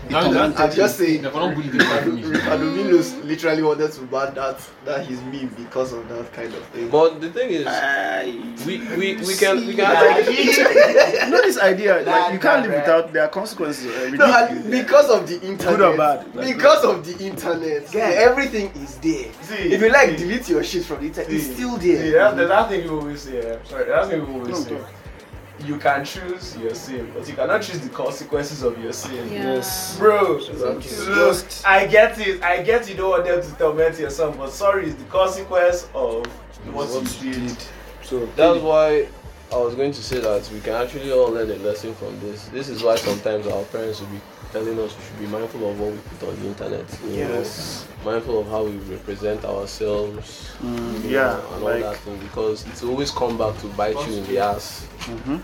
Speaker 2: he
Speaker 6: No, no,
Speaker 2: tormented
Speaker 4: I just
Speaker 2: him.
Speaker 4: say
Speaker 6: If I don't bully the family,
Speaker 4: Aluminus literally wanted to ban that that his meme because of that kind of thing.
Speaker 9: But the thing is, we we, we can we can.
Speaker 2: you know this idea like you can't live without there are consequences uh,
Speaker 4: No,
Speaker 2: ridiculous.
Speaker 4: and because of the internet.
Speaker 2: or bad? Like-
Speaker 4: because of the internet. Guy, everything is there.
Speaker 7: See,
Speaker 4: if you like,
Speaker 7: see,
Speaker 4: delete your shit from the internet. It's
Speaker 7: see,
Speaker 4: still
Speaker 7: See,
Speaker 4: there.
Speaker 7: that's, that's thing you always say. eh, Sorry, that's thing you always
Speaker 2: No,
Speaker 7: say.
Speaker 2: go.
Speaker 7: You can choose your sin, but you cannot choose the consequences of your sin.
Speaker 10: Yes.
Speaker 7: Bro,
Speaker 4: Something.
Speaker 7: look, I get it. I get you don't want them to torment your son, but sorry, it's the consequence of what, you did.
Speaker 4: So
Speaker 9: That's why I was going to say that we can actually all learn a lesson from this. This is why sometimes our parents will be telling us we should be mindful of what we put on the internet. You
Speaker 4: Yes.
Speaker 9: Know, mindful of how we represent ourselves.
Speaker 2: Mm,
Speaker 9: you know,
Speaker 2: yeah
Speaker 9: and all that
Speaker 2: like
Speaker 9: thing because it's always come back to bite you in the ass.
Speaker 2: Mm-hmm.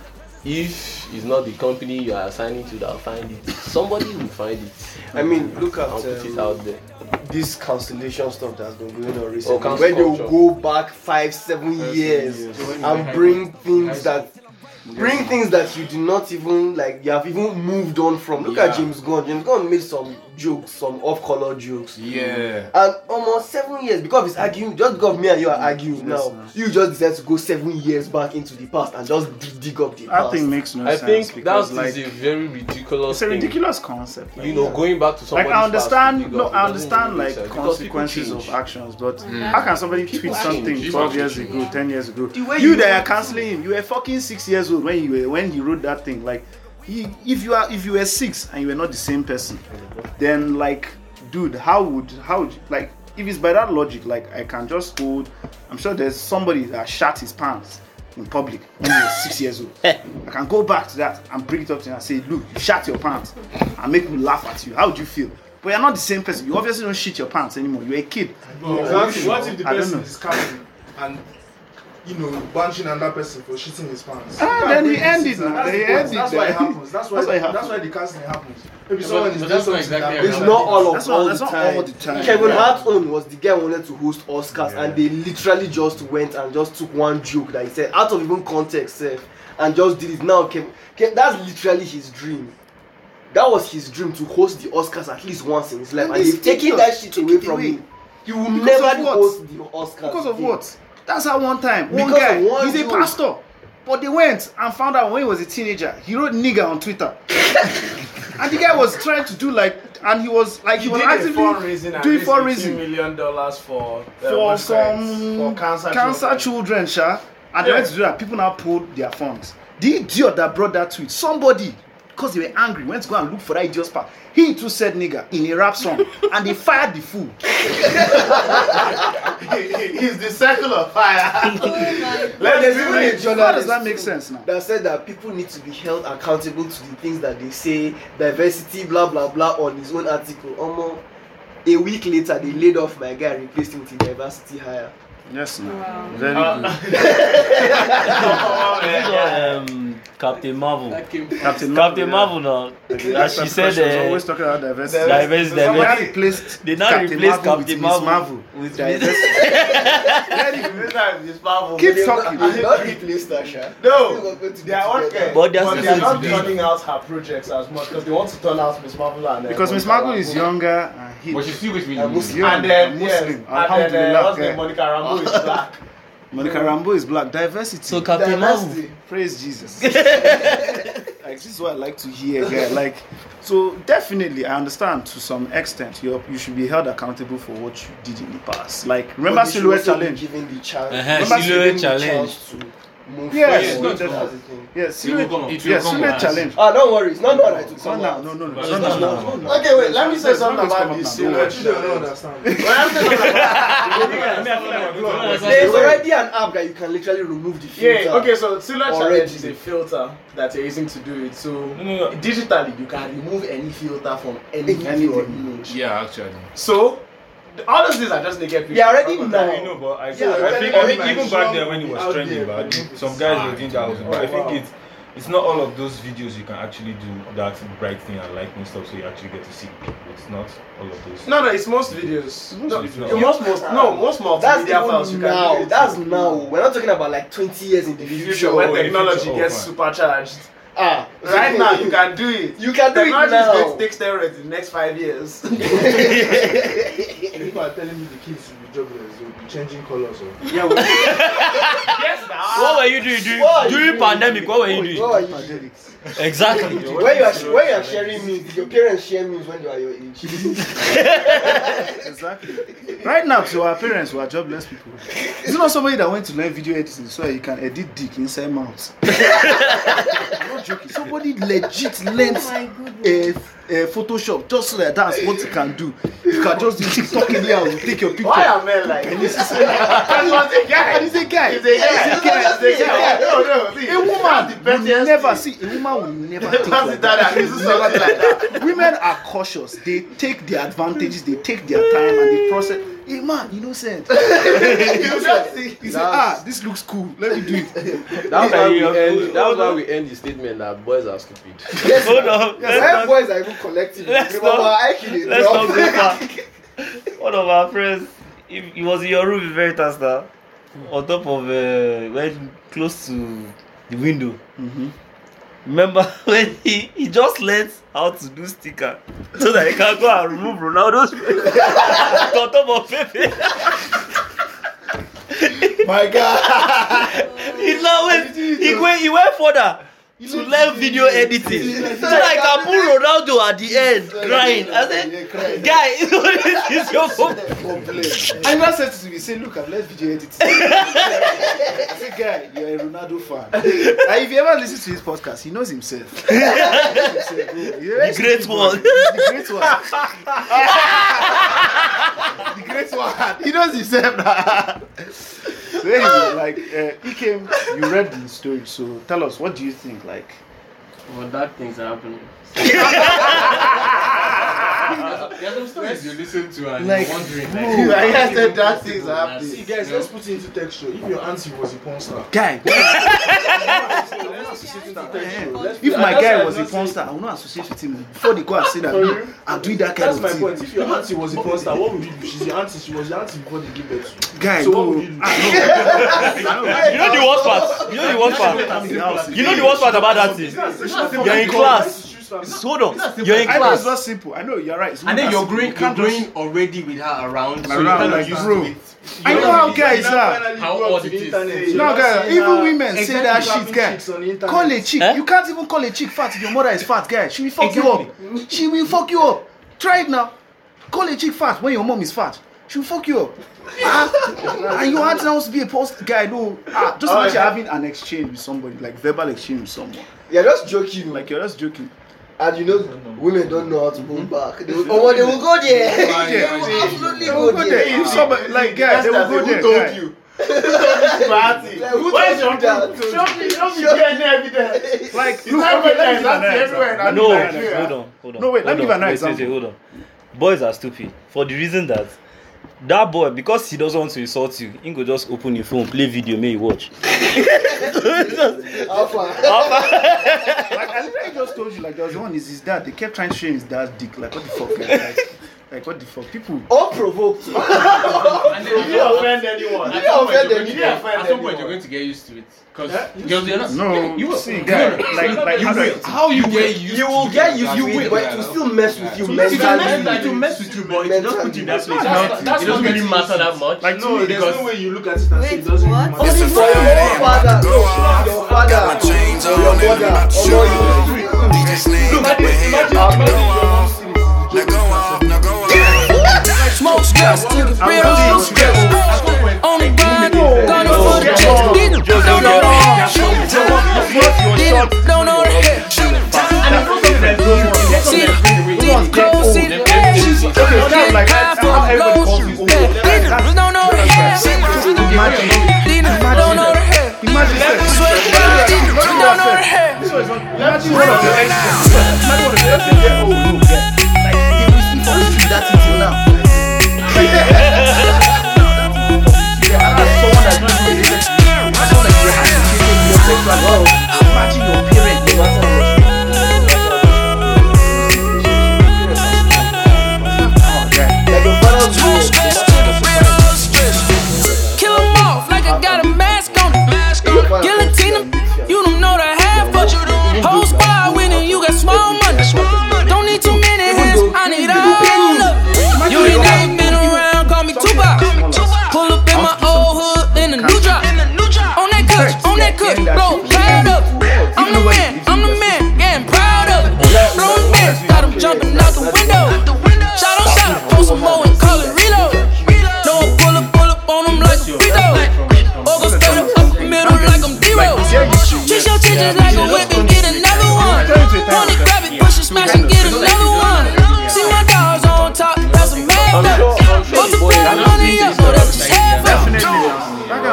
Speaker 9: If it's not the company you are assigning to that find it, somebody will find it.
Speaker 4: I mean, look at
Speaker 9: I'll put it
Speaker 4: um,
Speaker 9: out there.
Speaker 4: this cancellation stuff that's been going on recently.
Speaker 9: Oh, cancel
Speaker 4: when they'll
Speaker 9: culture.
Speaker 4: go back five, seven years and bring things that bring things that you do not even like you have even moved on from. Look at
Speaker 6: Yeah.
Speaker 4: James Gunn. James Gunn made some jokes, some off-color jokes.
Speaker 6: Yeah.
Speaker 4: And almost seven years because of his arguing, just because me and you are arguing now, you just decided to go seven years back into the past and just dig, dig up the
Speaker 2: that
Speaker 4: past.
Speaker 2: thing makes no
Speaker 9: I
Speaker 2: sense
Speaker 9: think that
Speaker 2: because
Speaker 9: is
Speaker 2: like
Speaker 9: a very ridiculous
Speaker 2: it's a
Speaker 9: thing.
Speaker 2: ridiculous concept like,
Speaker 9: You know, going back to
Speaker 2: like
Speaker 9: somebody's
Speaker 2: I
Speaker 9: past
Speaker 2: understand
Speaker 9: to dig
Speaker 2: no
Speaker 9: up,
Speaker 2: I
Speaker 9: it doesn't
Speaker 2: understand
Speaker 9: really make
Speaker 2: like
Speaker 9: sense because people
Speaker 2: consequences of
Speaker 9: change.
Speaker 2: actions but
Speaker 10: Mm.
Speaker 2: how can somebody tweet
Speaker 10: change.
Speaker 2: something
Speaker 6: People
Speaker 2: 12
Speaker 6: change.
Speaker 2: years ago 10 years ago
Speaker 4: The way
Speaker 2: you
Speaker 4: you
Speaker 2: that are
Speaker 4: want to.
Speaker 2: cancelling him you were fucking 6 years old when you were when he wrote that thing like he, if you are if you were 6 and you were not the same person then like dude how would how would you- like if it's by that logic, like I can just hold. I'm sure there's somebody that shat his pants in public when he was six years old. I can go back to that and bring it up to him and say, look, you shat your pants and make me laugh at you. How would you feel? But you're not the same person. You obviously don't shit your pants anymore. You're a kid.
Speaker 5: Exactly. What if the
Speaker 2: I don't
Speaker 5: person
Speaker 2: know.
Speaker 5: is coming and you know banishing another person for shitting his pants?
Speaker 2: Ah,
Speaker 5: You can't
Speaker 2: then he
Speaker 5: break the
Speaker 2: end it
Speaker 5: system.
Speaker 2: now.
Speaker 5: That's,
Speaker 2: They
Speaker 5: the
Speaker 2: end it
Speaker 5: point. that's why it
Speaker 2: then.
Speaker 5: happens. That's why
Speaker 2: That's why it
Speaker 5: that's
Speaker 2: happens.
Speaker 5: why the counseling happens. Maybe
Speaker 3: but-
Speaker 5: someone
Speaker 3: but
Speaker 5: is
Speaker 3: that's
Speaker 5: doing
Speaker 3: not
Speaker 5: something
Speaker 3: exactly
Speaker 5: that
Speaker 3: how it
Speaker 5: breaks
Speaker 4: It's
Speaker 5: the
Speaker 3: happens.
Speaker 4: not all
Speaker 2: That's
Speaker 4: of
Speaker 2: not-
Speaker 4: all the
Speaker 2: that's not all
Speaker 4: time.
Speaker 2: the time.
Speaker 4: Kevin
Speaker 2: Yeah.
Speaker 4: Hart's own was the guy who wanted to host Oscars and they literally just went and just took one joke that he said out of even context sef and just did it. Now Kevin, Kev, that's literally his dream. That was his dream to host the Oscars at least once in his life
Speaker 2: And
Speaker 4: and,
Speaker 2: this
Speaker 4: they've taken
Speaker 2: idiot
Speaker 4: that shit
Speaker 2: took
Speaker 4: away
Speaker 2: it
Speaker 4: from
Speaker 2: away.
Speaker 4: him. He will
Speaker 2: Because
Speaker 4: never
Speaker 2: of what?
Speaker 4: host the Oscars.
Speaker 2: Because of
Speaker 4: again.
Speaker 2: what? That's how one time, one
Speaker 4: Because of
Speaker 2: guy,
Speaker 4: one
Speaker 2: he's a
Speaker 4: dude.
Speaker 2: pastor. But they went and found out when he was a teenager, he wrote nigger on Twitter. and the guy was trying to do like, and he was like, he,
Speaker 5: He
Speaker 2: was
Speaker 5: did a
Speaker 2: actively
Speaker 5: fundraising and
Speaker 2: doing
Speaker 5: raised
Speaker 2: fundraising
Speaker 5: $15 million dollars for, uh,
Speaker 2: for
Speaker 5: what's that?
Speaker 2: some
Speaker 5: for cancer,
Speaker 2: children, sha. And they went to do that. People now pulled their funds. The idiot that brought that tweet, somebody, because they were angry, went to go and look for that idiot's part. He too said nigga in a rap song, and they fired the fool.
Speaker 7: He's the circle of fire.
Speaker 10: Oh my
Speaker 4: But
Speaker 7: Let's
Speaker 4: there's
Speaker 7: be
Speaker 4: even
Speaker 7: real.
Speaker 4: a
Speaker 2: How
Speaker 4: journalist
Speaker 2: does that make sense now?
Speaker 4: that said that people need to be held accountable to the things that they say, diversity, blah blah blah, on his own article. Omo, a week later they laid off my guy, and replaced him with a diversity hire.
Speaker 2: Yes, now.
Speaker 10: wow.
Speaker 2: Very
Speaker 5: Uh,
Speaker 2: good.
Speaker 3: um, Captain Marvel.
Speaker 9: That came
Speaker 2: Captain,
Speaker 3: Captain
Speaker 2: yeah.
Speaker 3: Marvel Ah, now. As she said,
Speaker 2: She was
Speaker 3: uh,
Speaker 2: always talking about diversity.
Speaker 3: diverse,
Speaker 2: They now
Speaker 3: diverse.
Speaker 2: replaced
Speaker 3: They now
Speaker 2: Captain
Speaker 3: replace
Speaker 2: Marvel
Speaker 3: Captain
Speaker 2: with Miss
Speaker 3: Marvel.
Speaker 2: Marvel.
Speaker 3: With
Speaker 2: diversity. Keep
Speaker 4: I
Speaker 2: talking.
Speaker 4: did not replace that, sha.
Speaker 5: No, they are okay,
Speaker 3: But they're
Speaker 5: but they
Speaker 3: still
Speaker 5: are not
Speaker 3: together.
Speaker 5: turning out her projects as much because they want to turn out Miss Marvel and uh,
Speaker 2: Because Miss
Speaker 5: Monica
Speaker 2: Marvel is
Speaker 5: Rambeau.
Speaker 2: younger and he.
Speaker 6: But you see which
Speaker 2: I'm
Speaker 6: really
Speaker 2: Muslim.
Speaker 5: and then
Speaker 2: I'm
Speaker 5: yes,
Speaker 2: Muslim.
Speaker 5: and then uh,
Speaker 2: Alhamdulillah.
Speaker 5: what's the name?
Speaker 2: yeah.
Speaker 5: Monica Rambeau is black.
Speaker 2: Monica Rambo is black. Diversity.
Speaker 3: So Captain Marvel.
Speaker 4: Diversity.
Speaker 2: Praise Jesus. like, this is what I like to hear. Yeah, like, so definitely, I understand to some extent you you should be held accountable for what you did in the past. Like, remember
Speaker 4: But they should
Speaker 2: silhouette
Speaker 4: also be
Speaker 2: challenge.
Speaker 4: Given the chance.
Speaker 3: Uh-huh,
Speaker 4: Remember
Speaker 3: silhouette
Speaker 4: given the
Speaker 3: challenge.
Speaker 4: chance to move
Speaker 2: Yes,
Speaker 4: forward.
Speaker 2: no,
Speaker 4: That's the thing.
Speaker 2: Yeah, silhouette.
Speaker 6: come up. It will
Speaker 2: Yeah,
Speaker 6: come
Speaker 2: silhouette
Speaker 6: up.
Speaker 2: challenge.
Speaker 4: Ah, don't worry, it's not now that it will
Speaker 2: It's not
Speaker 4: come
Speaker 2: now.
Speaker 4: out.
Speaker 2: No, no, no.
Speaker 3: But
Speaker 2: It's
Speaker 3: it's
Speaker 2: not now.
Speaker 3: not
Speaker 2: It's not now.
Speaker 5: Okay, wait, let me say
Speaker 2: It's not
Speaker 5: something
Speaker 2: going to come
Speaker 5: about
Speaker 2: up
Speaker 5: this
Speaker 2: now. Don't
Speaker 5: silhouette challenge. When I'm talking about
Speaker 4: There's
Speaker 5: Silhouette.
Speaker 4: already an app that you can literally remove the filter.
Speaker 5: Yeah, okay, so silhouette
Speaker 4: Already.
Speaker 5: challenge is a filter that you're using to do it. So
Speaker 3: no, no.
Speaker 5: digitally, you can remove any filter from any
Speaker 4: Anything.
Speaker 5: video or image.
Speaker 6: Yeah, actually.
Speaker 5: So th- all those things are just naked pictures.
Speaker 4: They are already
Speaker 5: That's what
Speaker 4: now.
Speaker 5: I know.
Speaker 11: No, but I, I
Speaker 4: Yeah,
Speaker 11: think,
Speaker 5: but
Speaker 11: I think
Speaker 5: my
Speaker 11: even
Speaker 5: show
Speaker 11: back there when it
Speaker 5: will be
Speaker 11: was
Speaker 5: out
Speaker 11: trending,
Speaker 5: there,
Speaker 11: but I
Speaker 5: but
Speaker 11: think
Speaker 5: it's-
Speaker 11: some guys were doing that also. But I
Speaker 5: wow.
Speaker 11: think it's it's not all of those videos you can actually do that bright thing and lightning stuff, so you actually get to see people. It's not all of those.
Speaker 5: No, no, it's most videos. No,
Speaker 11: videos.
Speaker 5: you most, most, no, most multimedia
Speaker 4: That's
Speaker 5: files you
Speaker 4: even
Speaker 5: can do
Speaker 4: now.
Speaker 5: it.
Speaker 4: That's now. We're not talking about like 20 years in the
Speaker 5: The
Speaker 4: future.
Speaker 5: future when
Speaker 11: Oh, in the
Speaker 5: technology
Speaker 11: future,
Speaker 5: gets
Speaker 11: oh,
Speaker 5: supercharged.
Speaker 4: Ah,
Speaker 5: Right now, you can do it.
Speaker 4: You can do it
Speaker 5: Technology is
Speaker 4: now.
Speaker 5: going to take steroids in the next five years.
Speaker 7: People are telling me the kids will be jobless, they will be changing colors. oh. Or...
Speaker 5: yes, now.
Speaker 3: What were you doing during,
Speaker 4: What are you
Speaker 3: during
Speaker 4: doing?
Speaker 3: pandemic? What were you doing?
Speaker 4: What are you doing?
Speaker 3: Exactly.
Speaker 4: When you are when you are sharing memes, your parents share memes when you are your age.
Speaker 2: Exactly. Right now, to our parents, we are jobless people. Is it not somebody that went to learn video editing so that you can edit dick inside mouth? I'm not joking. Somebody legit learned
Speaker 10: Oh my goodness.
Speaker 2: a, a Photoshop just so that that's what you can do. You can just do TikTok in here and we'll take your picture.
Speaker 5: Why are men like this? That's what they
Speaker 2: And
Speaker 5: get.
Speaker 2: he's a guy.
Speaker 5: It's a guy.
Speaker 2: He's a guy. He's a guy.
Speaker 5: No, no, see,
Speaker 2: A
Speaker 5: that's the
Speaker 2: woman will
Speaker 5: pettiest
Speaker 2: never
Speaker 5: thing.
Speaker 2: see. A woman will never
Speaker 5: That's
Speaker 2: think
Speaker 5: the
Speaker 2: like
Speaker 5: dad that
Speaker 2: that.
Speaker 5: is something like that.
Speaker 2: Women are cautious. They take their advantages. They take their time and they process. Hey man, innocent.
Speaker 5: You just see.
Speaker 2: He said, ah, this looks cool. Let me do it.
Speaker 9: That's why we
Speaker 3: Yeah,
Speaker 9: end. That's
Speaker 3: hold
Speaker 9: why
Speaker 3: on.
Speaker 9: we end the statement that boys are stupid.
Speaker 3: Hold on.
Speaker 4: Why
Speaker 3: Let's not,
Speaker 4: boys are even collecting?
Speaker 3: Let's
Speaker 4: Remember,
Speaker 3: not-
Speaker 4: I kill it.
Speaker 3: let's
Speaker 4: bro.
Speaker 3: not go back. One of our friends, he, he was in your room in Veritas now, on top of, uh, when close to the window. Remember when he, he just learned how to do sticker so that he can go and remove Ronaldo's on top of Pepe.
Speaker 4: My God.
Speaker 3: He now went, he went, he went further to learn video editing so that I can put Ronaldo at the end crying. I said,
Speaker 4: crying.
Speaker 3: guy, this is your fault.
Speaker 2: And I said to me, say, look, I've learned video editing. I said, guy, you're a Ronaldo fan. Like, if you ever listen to his podcast, he knows himself. He knows himself, bro. He's a very
Speaker 3: The great one.
Speaker 2: stupid He's The great one. the
Speaker 5: Great one.
Speaker 2: He knows himself. now. so anyway, like uh, he came. You read the story, so tell us what do you think? Like,
Speaker 12: Well, bad things are happening.
Speaker 9: There are some stories you listen to and
Speaker 12: Like,
Speaker 9: you're wondering.
Speaker 12: bro, I heard that
Speaker 5: that
Speaker 12: things
Speaker 5: are
Speaker 12: happening.
Speaker 5: See, guys, let's put it into texture. If your auntie was a porn star,
Speaker 2: guy, if my guy was a porn star, I would not associate with him before they go and say that
Speaker 5: For
Speaker 2: no,
Speaker 5: real?
Speaker 2: I'm doing that kind
Speaker 5: That's
Speaker 2: of
Speaker 5: my
Speaker 2: thing.
Speaker 5: point. If your auntie was a porn star, what would you do? She's your auntie. She was your auntie before they give birth to you.
Speaker 2: Guy,
Speaker 5: so
Speaker 2: no.
Speaker 5: what would you do?
Speaker 3: You know the worst part. You know the worst part. You know the worst part about that thing. You're in class. Hold on. You're in
Speaker 2: I know it's not
Speaker 3: class.
Speaker 2: simple. I know you're right. It's
Speaker 12: And then you're
Speaker 2: not simple.
Speaker 12: growing,
Speaker 2: You
Speaker 12: you're
Speaker 2: can't just-
Speaker 12: growing already with her around. So
Speaker 2: Around,
Speaker 12: you kind
Speaker 2: like,
Speaker 12: of used
Speaker 2: bro.
Speaker 12: to it.
Speaker 2: I know how guys
Speaker 5: Finally,
Speaker 2: are.
Speaker 5: you
Speaker 12: How
Speaker 5: go up
Speaker 12: odd
Speaker 5: to
Speaker 12: it
Speaker 5: the
Speaker 12: is.
Speaker 5: internet,
Speaker 12: No,
Speaker 5: you
Speaker 2: No,
Speaker 5: now
Speaker 2: guy,
Speaker 5: see
Speaker 2: even
Speaker 4: uh,
Speaker 5: her-
Speaker 2: women say
Speaker 5: Exactly,
Speaker 2: that shit,
Speaker 5: having
Speaker 2: guy.
Speaker 5: chicks on the internet.
Speaker 2: Call a chick. You can't even call a chick fat if your mother is fat, guy. She will fuck you up. She will fuck you up. Try it now. Call a chick fat when your mom is fat. She will fuck you up. Ah, and your aunt now wants to be a post guy, no. Ah, just
Speaker 4: Oh,
Speaker 2: imagine
Speaker 4: yeah.
Speaker 2: having an exchange with somebody, like verbal exchange with someone.
Speaker 4: You're just joking.
Speaker 2: Like you're just joking.
Speaker 4: And you know, women don't know how to hold back. They will, oh, they will go there. they will absolutely
Speaker 2: They will
Speaker 4: go
Speaker 2: go
Speaker 4: there. Ah.
Speaker 2: there. If somebody- like, guy,
Speaker 4: That's
Speaker 2: they will
Speaker 4: nothing.
Speaker 2: go there,
Speaker 4: Who told
Speaker 2: guy.
Speaker 4: you? Like, who told you that?
Speaker 2: evidence. Like, look, okay, let me give an example.
Speaker 3: No,
Speaker 2: Let me give an
Speaker 3: hold on, hold on.
Speaker 2: No, wait, let me
Speaker 3: hold
Speaker 2: give
Speaker 3: on,
Speaker 2: an
Speaker 3: wait, wait, wait,
Speaker 2: example.
Speaker 3: Hold on. Boys are stupid for the reason that that boy, because he doesn't want to insult you, he go just open your phone, play video, may you watch.
Speaker 2: like I literally just told you, like there was one is his dad. They kept trying to show him his dad's dick. Like what the fuck, guys? Like, like what the fuck? People
Speaker 13: Oh,
Speaker 4: unprovoked.
Speaker 9: And then-
Speaker 4: You didn't offend
Speaker 9: anyone.
Speaker 4: You didn't offend them. You didn't
Speaker 9: At
Speaker 4: offend
Speaker 9: some point, you're
Speaker 4: anyone.
Speaker 9: going to get used to it. Because
Speaker 4: Huh?
Speaker 9: you're, you're not.
Speaker 2: No,
Speaker 9: you will
Speaker 2: see,
Speaker 9: you
Speaker 2: guy,
Speaker 9: will-
Speaker 2: like-
Speaker 9: you're not
Speaker 2: like,
Speaker 9: gonna
Speaker 2: how do I-
Speaker 9: get- how you get used
Speaker 4: You will
Speaker 9: to
Speaker 4: get
Speaker 9: it.
Speaker 4: used to
Speaker 9: That's
Speaker 4: it,
Speaker 9: it.
Speaker 4: but it will still mess with you.
Speaker 9: It will mess with you.
Speaker 4: mentally.
Speaker 9: It will mess with you, but it just put you in that
Speaker 4: Mentally.
Speaker 9: place. That's- That's not really matter that much.
Speaker 5: Like, no, there's
Speaker 9: because-
Speaker 5: no way you look at it and say it doesn't really matter.
Speaker 4: This is for your own father. No, your father. Or your mother. Or your you.
Speaker 13: Smokes gas, nigga, real smokes gas. On the grind, gonna fuck the chicks, nigga. Don't know the head, nigga. Don't know the head. See the, see the clothes,
Speaker 2: oh,
Speaker 13: see the legs. Get high for the lows.
Speaker 2: oh,
Speaker 13: Nigga, Don't know the head. See the, see the, nigga, don't know the head. Swear to God, nigga, don't know the head.
Speaker 2: imagine one of your exes. Imagine one of your exes. Yeah, oh no, yeah. Like he was still going through that until now. Yeah, and that's someone that's not even your ex. That's someone that you're associating with your sexual love. Imagine your parent, no matter what.
Speaker 13: Smoke gas to the real. Kill 'em off like I got a mask on. Guillotine 'em, you don't know the half of it. Whole squad winning, you got small money. Don't need too many hands, I need all of it. You ain't never been around, call me Tupac. Pull up in my old hood in a new drop. On that couch, on that couch, blow right up. I'm the man, I'm the man, getting proud of it. Blowing bands, got 'em jumping out the window. Shot on shot, throw some more and call it reload. No, I pull up, pull up on them like a Rito. Or go straight up, up the middle like I'm D-Rose. Treat your teachers like a whip and get another one. Wanna grab it, push it, smash and get another one. See my dogs on top, that's a mad dog. What's the plan? Money up, oh, that's just half up.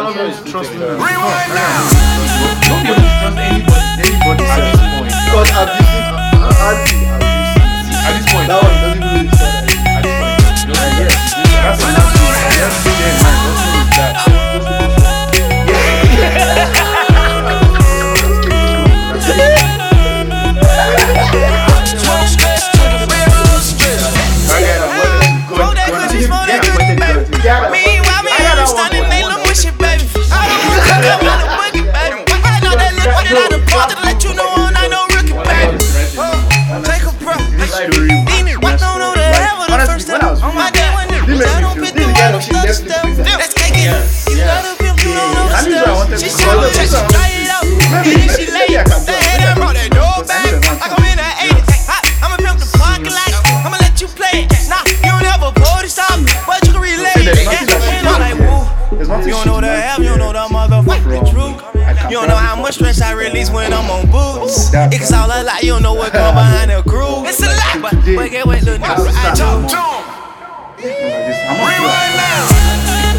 Speaker 4: Because abusive auntie. At this point. That one doesn't really
Speaker 2: There's nothing
Speaker 14: You don't know the help, you don't know the motherfucking truth. You don't know how much stress I release when I'm on boots. It's all a lie, you don't know what go behind the groove. It's a lie, but, but get what little nigga I do.
Speaker 2: I'm not sure.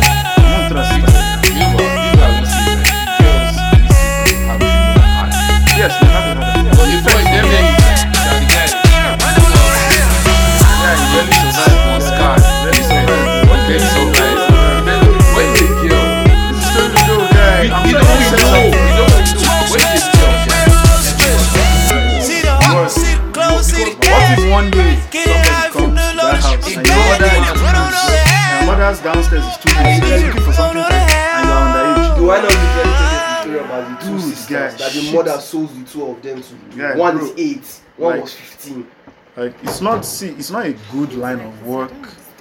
Speaker 2: upstairs is too much. So you're looking for something to and you're underage.
Speaker 4: Do I not regret the story about the two
Speaker 2: Dude,
Speaker 4: sisters
Speaker 2: guy,
Speaker 4: that the
Speaker 2: shit.
Speaker 4: mother sold the two of them to?
Speaker 2: Guy,
Speaker 4: one
Speaker 2: bro.
Speaker 4: is eight, one
Speaker 2: Like-
Speaker 4: was fifteen.
Speaker 2: Like it's not see, it's not a good line of work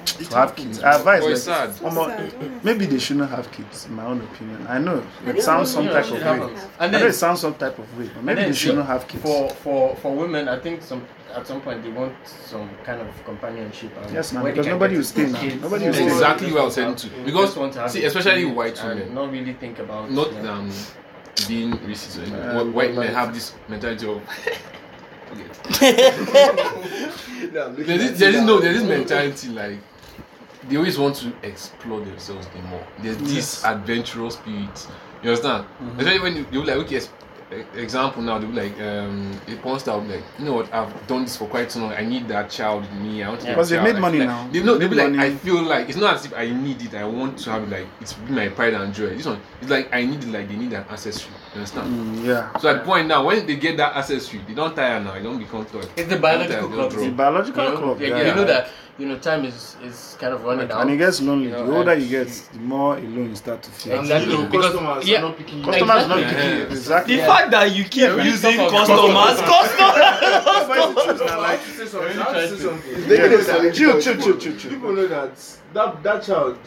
Speaker 2: to have kids. I advise
Speaker 6: But
Speaker 2: like,
Speaker 6: it's sad.
Speaker 2: omo, maybe they shouldn't have kids. In my own opinion, I know
Speaker 10: Oh,
Speaker 2: it sounds some
Speaker 13: Yeah,
Speaker 2: type of
Speaker 13: shit
Speaker 2: way.
Speaker 13: happens.
Speaker 2: I
Speaker 13: And
Speaker 2: know
Speaker 13: then-
Speaker 2: it sounds some type of way, but maybe
Speaker 13: And
Speaker 2: they
Speaker 13: then
Speaker 2: shouldn't
Speaker 13: the-
Speaker 2: have kids.
Speaker 13: For for for women, I think some at some point they want some kind of companionship. and
Speaker 2: Yes, man,
Speaker 13: where they
Speaker 2: because
Speaker 13: can
Speaker 2: nobody
Speaker 13: get
Speaker 2: will stay now.
Speaker 13: kids.
Speaker 2: Nobody
Speaker 6: will stay. Exactly what I was heading to.
Speaker 13: Just
Speaker 6: Because,
Speaker 13: want have
Speaker 6: see,
Speaker 13: kids
Speaker 6: especially white
Speaker 13: and
Speaker 6: women.
Speaker 13: not really think about
Speaker 6: Not
Speaker 13: yeah.
Speaker 6: um, being racist. or anything.
Speaker 13: Uh,
Speaker 6: Wh- White men
Speaker 13: like-
Speaker 6: have this mentality of.
Speaker 4: No, I'm looking
Speaker 6: there
Speaker 4: at
Speaker 6: is
Speaker 4: you
Speaker 6: there is
Speaker 4: now.
Speaker 6: no there is mentality like they always want to explore themselves the more. There's this adventurous spirit. You understand?
Speaker 13: Mm-hmm.
Speaker 15: Mhm.
Speaker 6: Especially when you, you like okay. es- e- Example now, they be like um, a porn star will be like, you know what, I've done this for quite so long. I need that child in me. I want to get
Speaker 2: Because
Speaker 6: a
Speaker 2: they
Speaker 6: child.
Speaker 2: made
Speaker 6: I feel
Speaker 2: money
Speaker 6: like,
Speaker 2: now.
Speaker 6: They, no, they be
Speaker 2: Made
Speaker 6: like,
Speaker 2: money.
Speaker 6: I feel like it's not as if I need it. I want to have it, like it's been my pride and joy. This one, it's like I need it, like they need an ancestry. You understand?
Speaker 2: Mm, yeah.
Speaker 6: So at the point now, when they get that ancestry, they don't tire now. They don't become tired.
Speaker 13: It's the biological
Speaker 6: Sometimes
Speaker 13: clock.
Speaker 6: they'll
Speaker 13: see.
Speaker 6: drop.
Speaker 13: you know,
Speaker 2: clock,
Speaker 13: yeah,
Speaker 2: yeah.
Speaker 13: You know that you know time is is kind of running out.
Speaker 2: And it gets lonely.
Speaker 13: You know,
Speaker 2: the older
Speaker 13: and-
Speaker 2: you get, the more alone you start to feel.
Speaker 13: Exactly. Because- yeah,
Speaker 2: Customers are not
Speaker 13: exactly.
Speaker 2: picking you, exactly.
Speaker 13: The
Speaker 2: Yeah.
Speaker 13: fact
Speaker 3: that you keep
Speaker 2: Yeah, we
Speaker 3: using
Speaker 2: talk about-
Speaker 3: customers,
Speaker 5: I have to say something. I have to say something.
Speaker 2: Yeah.
Speaker 5: People know that-
Speaker 2: Chill, chill, chill, chill, chill.
Speaker 5: People know that that that child,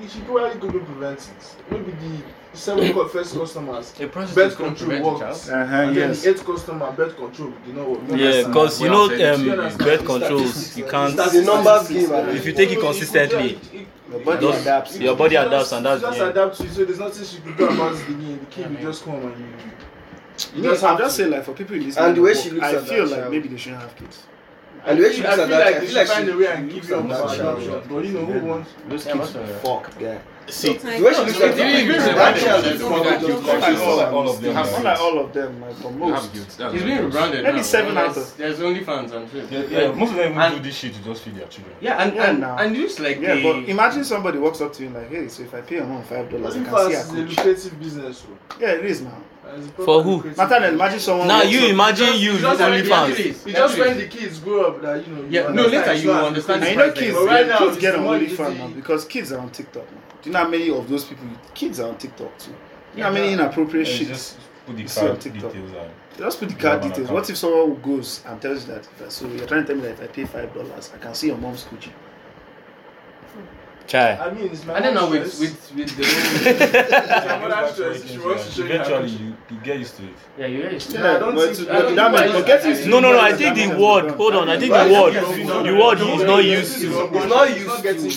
Speaker 5: you should probably couldn't prevent it. Maybe the seven co- first customers,
Speaker 13: A prostitute
Speaker 5: birth
Speaker 13: couldn't
Speaker 5: control
Speaker 13: prevent the
Speaker 5: worked,
Speaker 13: child. Uh-huh,
Speaker 5: and then
Speaker 13: yes.
Speaker 5: the eighth customer birth control did not work. You
Speaker 3: Yeah,
Speaker 5: understand?
Speaker 3: because you know um,
Speaker 5: understand?
Speaker 3: birth
Speaker 5: It's
Speaker 3: controls,
Speaker 5: statistics,
Speaker 3: you
Speaker 5: right?
Speaker 3: can't.
Speaker 5: It's a numbers game, right?
Speaker 3: If you take it consistently,
Speaker 5: Your
Speaker 3: body Just- adapts. your body adapts and that's
Speaker 5: just
Speaker 3: the end.
Speaker 5: adapt to it. So there's nothing she could do about the game. The kid will just come and you. You
Speaker 2: Me,
Speaker 5: just
Speaker 2: I'm
Speaker 5: have
Speaker 2: just
Speaker 5: to.
Speaker 2: saying, like for people in this
Speaker 5: And the way
Speaker 2: line of
Speaker 5: she
Speaker 2: work,
Speaker 5: looks
Speaker 2: I
Speaker 5: at
Speaker 2: feel
Speaker 5: that
Speaker 2: like
Speaker 5: child.
Speaker 2: maybe they shouldn't have kids.
Speaker 5: And the way she looks at that, I feel like she-
Speaker 2: should
Speaker 5: she looks at that child. But you know who wants- Those kids will
Speaker 13: uh,
Speaker 5: fuck,
Speaker 4: guy.
Speaker 5: See,
Speaker 2: the way
Speaker 5: the way she looks at that- that child is probably just like all of all of them.
Speaker 2: Not like all of them, like for most.
Speaker 13: It's being rebranded.
Speaker 2: Maybe
Speaker 13: now.
Speaker 2: seven out
Speaker 13: There's-
Speaker 2: of.
Speaker 13: There's only fans and shit.
Speaker 15: Yeah, yeah, most of them even
Speaker 13: And-
Speaker 15: do this shit to just feed their children.
Speaker 13: Yeah, and
Speaker 2: Yeah,
Speaker 13: and,
Speaker 2: nah.
Speaker 13: and just like
Speaker 2: Yeah,
Speaker 13: the,
Speaker 2: but imagine somebody walks up to you like, hey, so if I pay your mom five dollars, I can
Speaker 5: Only
Speaker 2: see
Speaker 5: fast is a
Speaker 2: her coach.
Speaker 5: lucrative business. oh.
Speaker 2: Yeah, it is now.
Speaker 3: For who?
Speaker 2: Matter than imagine someone.
Speaker 3: Now
Speaker 2: walks
Speaker 3: you
Speaker 2: up-
Speaker 3: imagine you with
Speaker 5: just when-
Speaker 3: OnlyFans.
Speaker 5: It's just when the kids grow up that you know.
Speaker 13: Yeah, no, later you
Speaker 4: uh,
Speaker 13: will
Speaker 2: And
Speaker 13: understand the
Speaker 2: you know,
Speaker 13: price
Speaker 2: kids,
Speaker 13: tag.
Speaker 2: right
Speaker 5: Right
Speaker 2: now,
Speaker 5: now,
Speaker 2: kids
Speaker 5: it's
Speaker 2: get on
Speaker 5: more
Speaker 2: OnlyFans
Speaker 5: easy.
Speaker 2: now because kids are on TikTok now. Do you know how many of those people, kids are on TikTok too? You know how many inappropriate
Speaker 15: Yeah,
Speaker 2: shit
Speaker 15: just put the
Speaker 2: you see on
Speaker 15: card
Speaker 2: TikTok?
Speaker 15: details and-
Speaker 2: Just put the
Speaker 15: You
Speaker 2: card
Speaker 15: have an
Speaker 2: details.
Speaker 15: account.
Speaker 2: What if someone goes and tells you that, if I- so you're trying to tell me that if I pay five dollars, I can see your mom's coochie?
Speaker 3: Chai.
Speaker 5: I mean, it's my
Speaker 13: I don't know
Speaker 5: own
Speaker 13: with
Speaker 5: choice.
Speaker 13: with with the.
Speaker 5: It's my mother's
Speaker 15: Eventually,
Speaker 5: choice. She wants to show you. how
Speaker 15: Eventually,
Speaker 5: to-
Speaker 15: you, you get used to it.
Speaker 13: Yeah, you guys.
Speaker 5: Yeah, I don't
Speaker 2: but
Speaker 5: think-
Speaker 2: to-
Speaker 5: I don't
Speaker 2: that
Speaker 5: think-
Speaker 2: man- but get used to
Speaker 3: No, no, no.
Speaker 2: it.
Speaker 3: I think the word. Hold on. I think the word. The word he is not used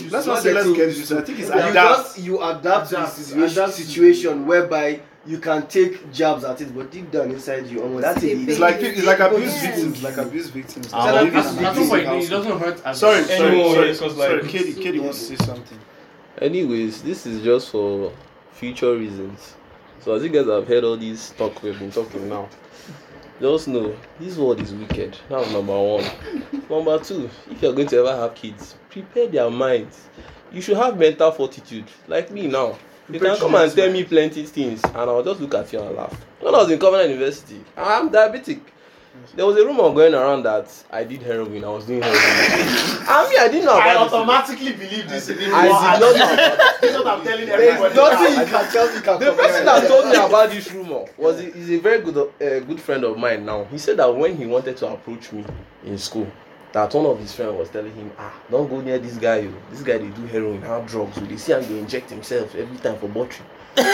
Speaker 3: to.
Speaker 2: Let's not say let's get used to it. I think it's
Speaker 4: you
Speaker 2: adapt.
Speaker 4: just you adapt,
Speaker 2: Adapt,
Speaker 4: to the situation,
Speaker 2: adapt to-
Speaker 4: situation whereby you can take jabs at it, but deep down inside you, almost that's it.
Speaker 2: It's like it's like abuse
Speaker 4: Yeah.
Speaker 2: victims, like abuse victims.
Speaker 4: Ah,
Speaker 2: Like
Speaker 4: abuse
Speaker 2: abuse
Speaker 4: victims.
Speaker 2: victims.
Speaker 4: At some point, it doesn't hurt as
Speaker 2: Sorry,
Speaker 4: much.
Speaker 2: sorry,
Speaker 4: Anymore,
Speaker 2: sorry,
Speaker 4: it's
Speaker 2: sorry.
Speaker 4: just like-
Speaker 2: Katie, Katie wants to say something.
Speaker 9: Anyways, this is just for future reasons. So as you guys have heard all these talk we've been talking now, just know this world is wicked. That's number one. number two, if you're going to ever have kids, prepare their minds. You should have mental fortitude, like me now. You can come and tell me plenty things, and I'll just look at you and laugh. When I was in Covenant University, I'm diabetic. There was a rumor going around that I did heroin. I was doing heroin. I mean, I didn't know
Speaker 1: I
Speaker 9: about this.
Speaker 1: automatically believe this. I did
Speaker 9: I did not know.
Speaker 1: This is what I'm telling
Speaker 9: There's
Speaker 1: everybody.
Speaker 9: nothing you
Speaker 4: can tell. You can
Speaker 9: The person that told me about this rumor was a, is a very good uh, good friend of mine now. He said that when he wanted to approach me in school, that one of his friends was telling him, ah, don't go near this guy. Yo. This guy they do heroin, have drugs. oh. They see how he inject himself every time for butchery. and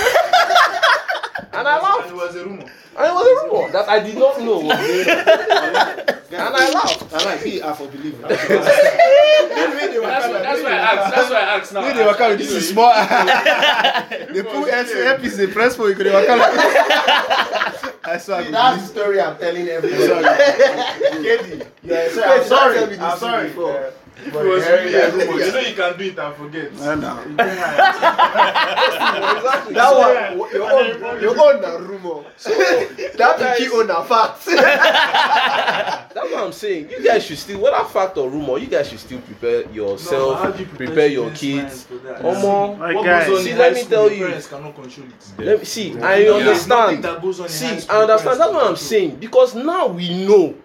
Speaker 9: I laughed.
Speaker 5: And it was a rumor.
Speaker 9: And it was a rumor that I did not know. was going on. and I laughed.
Speaker 2: I like he half of believe.
Speaker 1: That's why, that's why I asked. That's why I asked now.
Speaker 2: Wait, they were coming. This is small. they put SAP is the press for you. They were coming. I saw.
Speaker 1: See, that's the story I'm telling everybody.
Speaker 2: Sorry.
Speaker 1: Katie, yeah, sorry, I'm sorry. I'm sorry.
Speaker 5: Uh, if it
Speaker 1: But
Speaker 5: was
Speaker 1: very
Speaker 5: really a
Speaker 1: good.
Speaker 5: rumor, you know you can do it and forget.
Speaker 2: I know.
Speaker 4: Exactly. That one,
Speaker 5: Yeah.
Speaker 4: your own, your own na rumor. So that picky own na fact.
Speaker 9: That's what I'm saying. You guys should still, whether fact or rumor, you guys should still prepare yourself,
Speaker 5: how do you
Speaker 9: prepare,
Speaker 5: prepare
Speaker 9: your
Speaker 5: children's minds
Speaker 9: kids.
Speaker 5: for that?
Speaker 9: Omo,
Speaker 5: Like, What guys- goes on
Speaker 9: see,
Speaker 5: in high
Speaker 9: let me
Speaker 5: school,
Speaker 9: tell
Speaker 5: the
Speaker 9: you.
Speaker 5: parents cannot control it.
Speaker 9: Let me see.
Speaker 5: Yeah.
Speaker 9: I
Speaker 5: Yeah. Nothing
Speaker 9: understand.
Speaker 5: that goes on in
Speaker 9: See,
Speaker 5: high school,
Speaker 9: I understand.
Speaker 5: parents
Speaker 9: That's what I'm saying
Speaker 5: Mm-hmm.
Speaker 9: because now we know,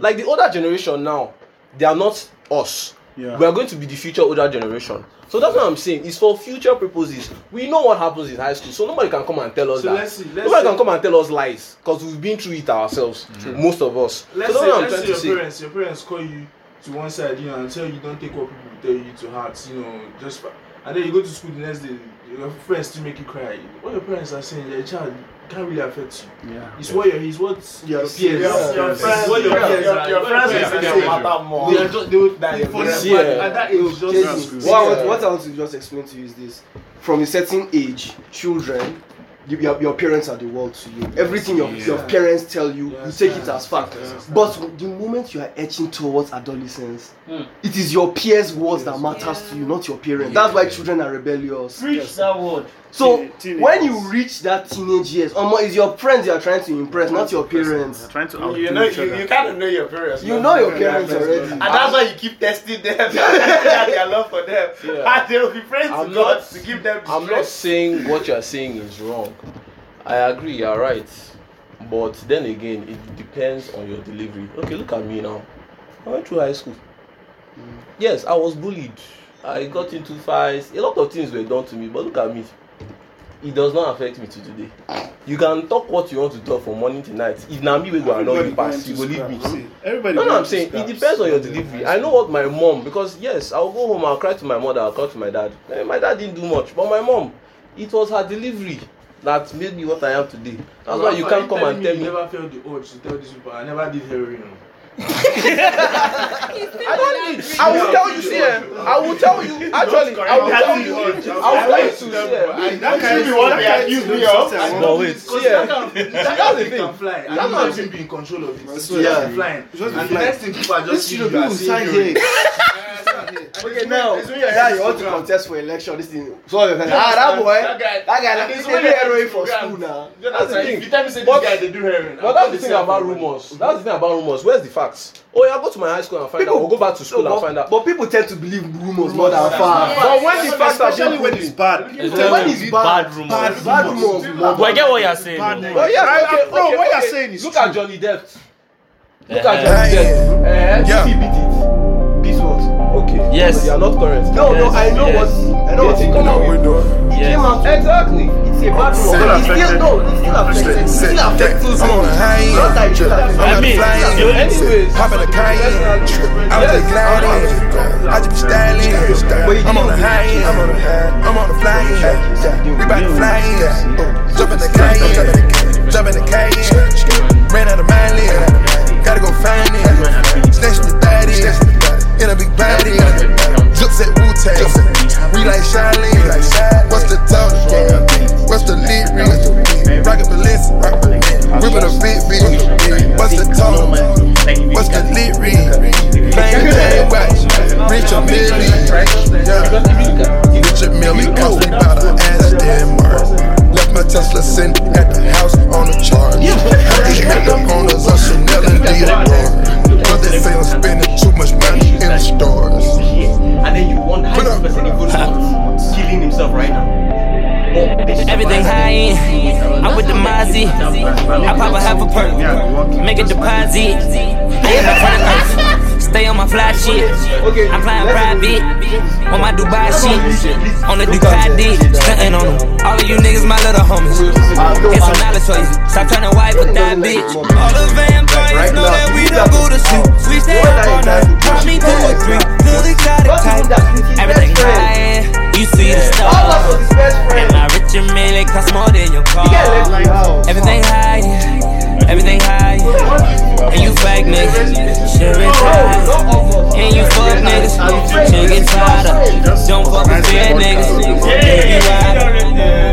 Speaker 9: like the older generation now, they are not us.
Speaker 2: Yeah.
Speaker 9: We are going to be the future older generation. So that's what I'm saying. It's for future purposes. We know what happens in high school, so nobody can come and tell us
Speaker 5: So
Speaker 9: that.
Speaker 5: let's see, let's
Speaker 9: nobody
Speaker 5: see.
Speaker 9: can come and tell us lies because we've been through it ourselves. Most of us. so that's
Speaker 5: Let's say,
Speaker 9: what I'm
Speaker 5: let's
Speaker 9: trying
Speaker 5: say
Speaker 9: to
Speaker 5: your
Speaker 9: say.
Speaker 5: parents, your parents call you to one side, you know, and tell you don't take what people tell you to heart, you know, just fa- and then you go to school the next day, your friends still make you cry. What your parents are saying, your child can't really affect you.
Speaker 2: Yeah.
Speaker 5: It's what your, it's what your peers,
Speaker 2: your- your
Speaker 5: it's
Speaker 2: friends-
Speaker 5: what your
Speaker 2: your-
Speaker 5: peers,
Speaker 2: your-
Speaker 5: are-
Speaker 2: your
Speaker 5: what
Speaker 2: friends
Speaker 5: peers
Speaker 2: will
Speaker 5: are
Speaker 2: say
Speaker 5: saying.
Speaker 2: matter more.
Speaker 5: They are just, they would,
Speaker 2: Than your
Speaker 5: for
Speaker 2: parents.
Speaker 5: that
Speaker 2: Yeah.
Speaker 5: part- at that age, just
Speaker 4: Jason, what, I want- what I want to just explain to you is this: from a certain age, children, you, your, your parents are the world to you. Everything your, your
Speaker 5: Yeah.
Speaker 4: parents tell you,
Speaker 5: Yes,
Speaker 4: you take it
Speaker 5: yes,
Speaker 4: as fact.
Speaker 5: yes.
Speaker 4: But the moment you are edging towards adolescence, it is your peers' words that matters to you, not your parents. That's why children are rebellious.
Speaker 12: Preach that word.
Speaker 4: So when you reach that teenage years, um, it's your friends you are trying to impress, not your parents.
Speaker 2: Trying to
Speaker 12: You know, you, you kind of know your parents.
Speaker 4: You
Speaker 12: man.
Speaker 4: know your parents already.
Speaker 12: And that's why you keep testing them. that their love for them.
Speaker 9: Yeah.
Speaker 12: And they will be friends
Speaker 9: I'm
Speaker 12: to
Speaker 9: not-
Speaker 12: God to give them
Speaker 9: I'm not saying what you're saying is wrong. I agree, you're right. But then again, it depends on your delivery. Okay, look at me now. I went through high school. Mm. Yes, I was bullied. I got into fights. A lot of things were done to me, but look at me. It does not affect me to today. You can talk what you want to talk from morning to night. If na me wey go allow you pass, you go leave me.
Speaker 2: Everybody
Speaker 9: no, no,
Speaker 2: went
Speaker 9: I'm
Speaker 2: to
Speaker 9: saying
Speaker 2: scraps.
Speaker 9: it depends on your delivery. I know what my mom because yes, I'll go home, I'll cry to my mother, I'll cry to my dad. Eh, My dad didn't do much, but my mom, it was her delivery that made me what I am today. That's why you can't come and tell
Speaker 5: You
Speaker 9: me.
Speaker 5: never felt the urge to tell these people, I never did
Speaker 12: Oh,
Speaker 5: heroin.
Speaker 9: I don't need. I will tell you, see, eh, I will tell you. Actually, I will tell you. I will tell you, see, eh,
Speaker 5: That
Speaker 12: should be what they accuse me of.
Speaker 9: No, wait.
Speaker 5: Because
Speaker 9: See, eh,
Speaker 5: that can,
Speaker 9: that's
Speaker 5: that can
Speaker 9: the
Speaker 5: be
Speaker 9: thing.
Speaker 5: can fly. And
Speaker 9: That's
Speaker 5: you
Speaker 9: what I'm
Speaker 5: might even be in control of it. So yeah.
Speaker 9: Yeah.
Speaker 5: flying.
Speaker 9: Just
Speaker 5: and the
Speaker 9: flying.
Speaker 5: next thing people are
Speaker 4: This
Speaker 5: just seeing
Speaker 4: should
Speaker 5: you
Speaker 4: be
Speaker 5: as
Speaker 4: inside
Speaker 5: heroin.
Speaker 4: here. Okay, now, yeah, you want to contest for election, this thing. So, ah, that boy, that guy, that guy,
Speaker 5: It's
Speaker 4: he's
Speaker 5: only
Speaker 4: doing heroin for
Speaker 5: program.
Speaker 4: school now.
Speaker 5: You know,
Speaker 9: That's the
Speaker 5: like,
Speaker 9: thing.
Speaker 5: You tell me say this
Speaker 9: But-
Speaker 5: guy they do heroin.
Speaker 9: But that's the thing about rumors. That's the thing about rumors. Where's the facts? Oh yeah, go to my high school and find out. Or go back to school and find out.
Speaker 4: But people tend to believe rumors more than facts.
Speaker 9: But when the facts are
Speaker 2: Especially
Speaker 9: being
Speaker 2: when
Speaker 9: put
Speaker 2: it's
Speaker 9: in.
Speaker 2: bad.
Speaker 9: Exactly.
Speaker 4: When it's bad, bad, bad rumors.
Speaker 3: But I get what you're saying.
Speaker 2: Bad
Speaker 3: though.
Speaker 2: rumors.
Speaker 9: But Oh, yeah,
Speaker 2: Right,
Speaker 9: okay, okay,
Speaker 2: bro, what
Speaker 9: okay.
Speaker 2: you're saying is
Speaker 9: Look at Johnny Depp.
Speaker 3: Eh.
Speaker 9: Look at Johnny Depp. Eh,
Speaker 2: Yeah.
Speaker 9: he beat it. This was okay.
Speaker 3: Yes.
Speaker 9: But you are not correct.
Speaker 4: No, no,
Speaker 9: Yes,
Speaker 4: I know
Speaker 9: yes.
Speaker 4: what I know what
Speaker 9: Yes,
Speaker 4: he
Speaker 9: come
Speaker 4: came
Speaker 9: out
Speaker 4: out with.
Speaker 9: with.
Speaker 4: He came out
Speaker 9: exactly.
Speaker 4: It's a bad rumor.
Speaker 9: Still
Speaker 4: It's still no, it's still affected. It's still affected. Not that it's still affected.
Speaker 9: I mean, yo, anyways.
Speaker 1: Popping a Cayenne, I'm just gliding. I just be styling. I'm on the high end. I'm on the high. I'm on the fly end. We bout to fly in. Jump in the Cayenne. Jump in the Cayenne. Ran out of mileage. Gotta go find it. Snatch the thotty. In a big body. Zips at Wu Tang. We like Shaolin. What's the talk? What's the lyrics? Rocket Ballistic. Ripping a big bitch. What's the talk? What's the lyrics? Bang, bang, watch. Reach a million. Yeah. Reach a million. Cause we bout to ask Denmark. Left my Tesla sitting at the house on a charge. These makeup owners are Chanel and Dior. But they say I'm spending too much money in the stores.
Speaker 14: And then you want how this person even not killing himself right now.
Speaker 16: Everything high end. I'm with the Mozzie. I pop a half a perk. Make a deposit. I hit my front house. Stay on my fly shit. I'm flying private. On my Dubai shit. On the Ducati. Stunting on them. All of you niggas, my little homies. Get some knowledge for you. Stop trying to wipe with that bitch. All the vampires know that we don't go to sleep. We stay up all night. Call me two or three. Little exotic type. Everything high end. You see the stars. And my rich and million cost more than your car. Everything high, everything high. And you fake niggas, should retire. And you fuck niggas, should get tired of. Don't fuck with fair niggas, get you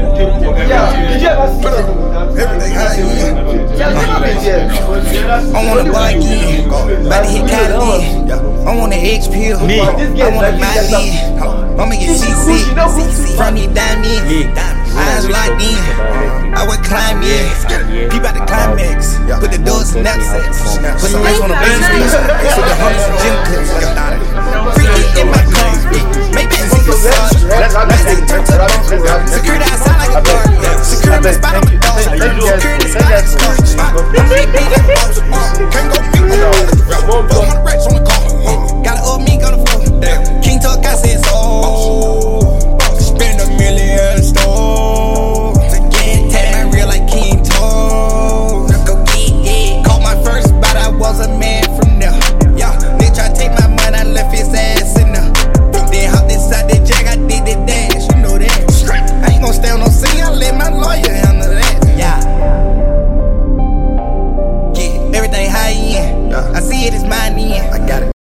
Speaker 1: I want a bike in, about to hit Kylie. I want an X pill, I want a my lead. I'ma get CC from the diamond. Eyes locked in, I would climb in. Peep out the climax, put the doors in knapsacks. Put some ice on the bandstand, so the hunters and gym clips. Freaky in my car, make that see the sun. Let's take turn to the bunk. Security outside like a dog. Security the spot on the dog. Security the spot on the dog. Can't go beat the But one racks on the car. Got an old me on the "Oh."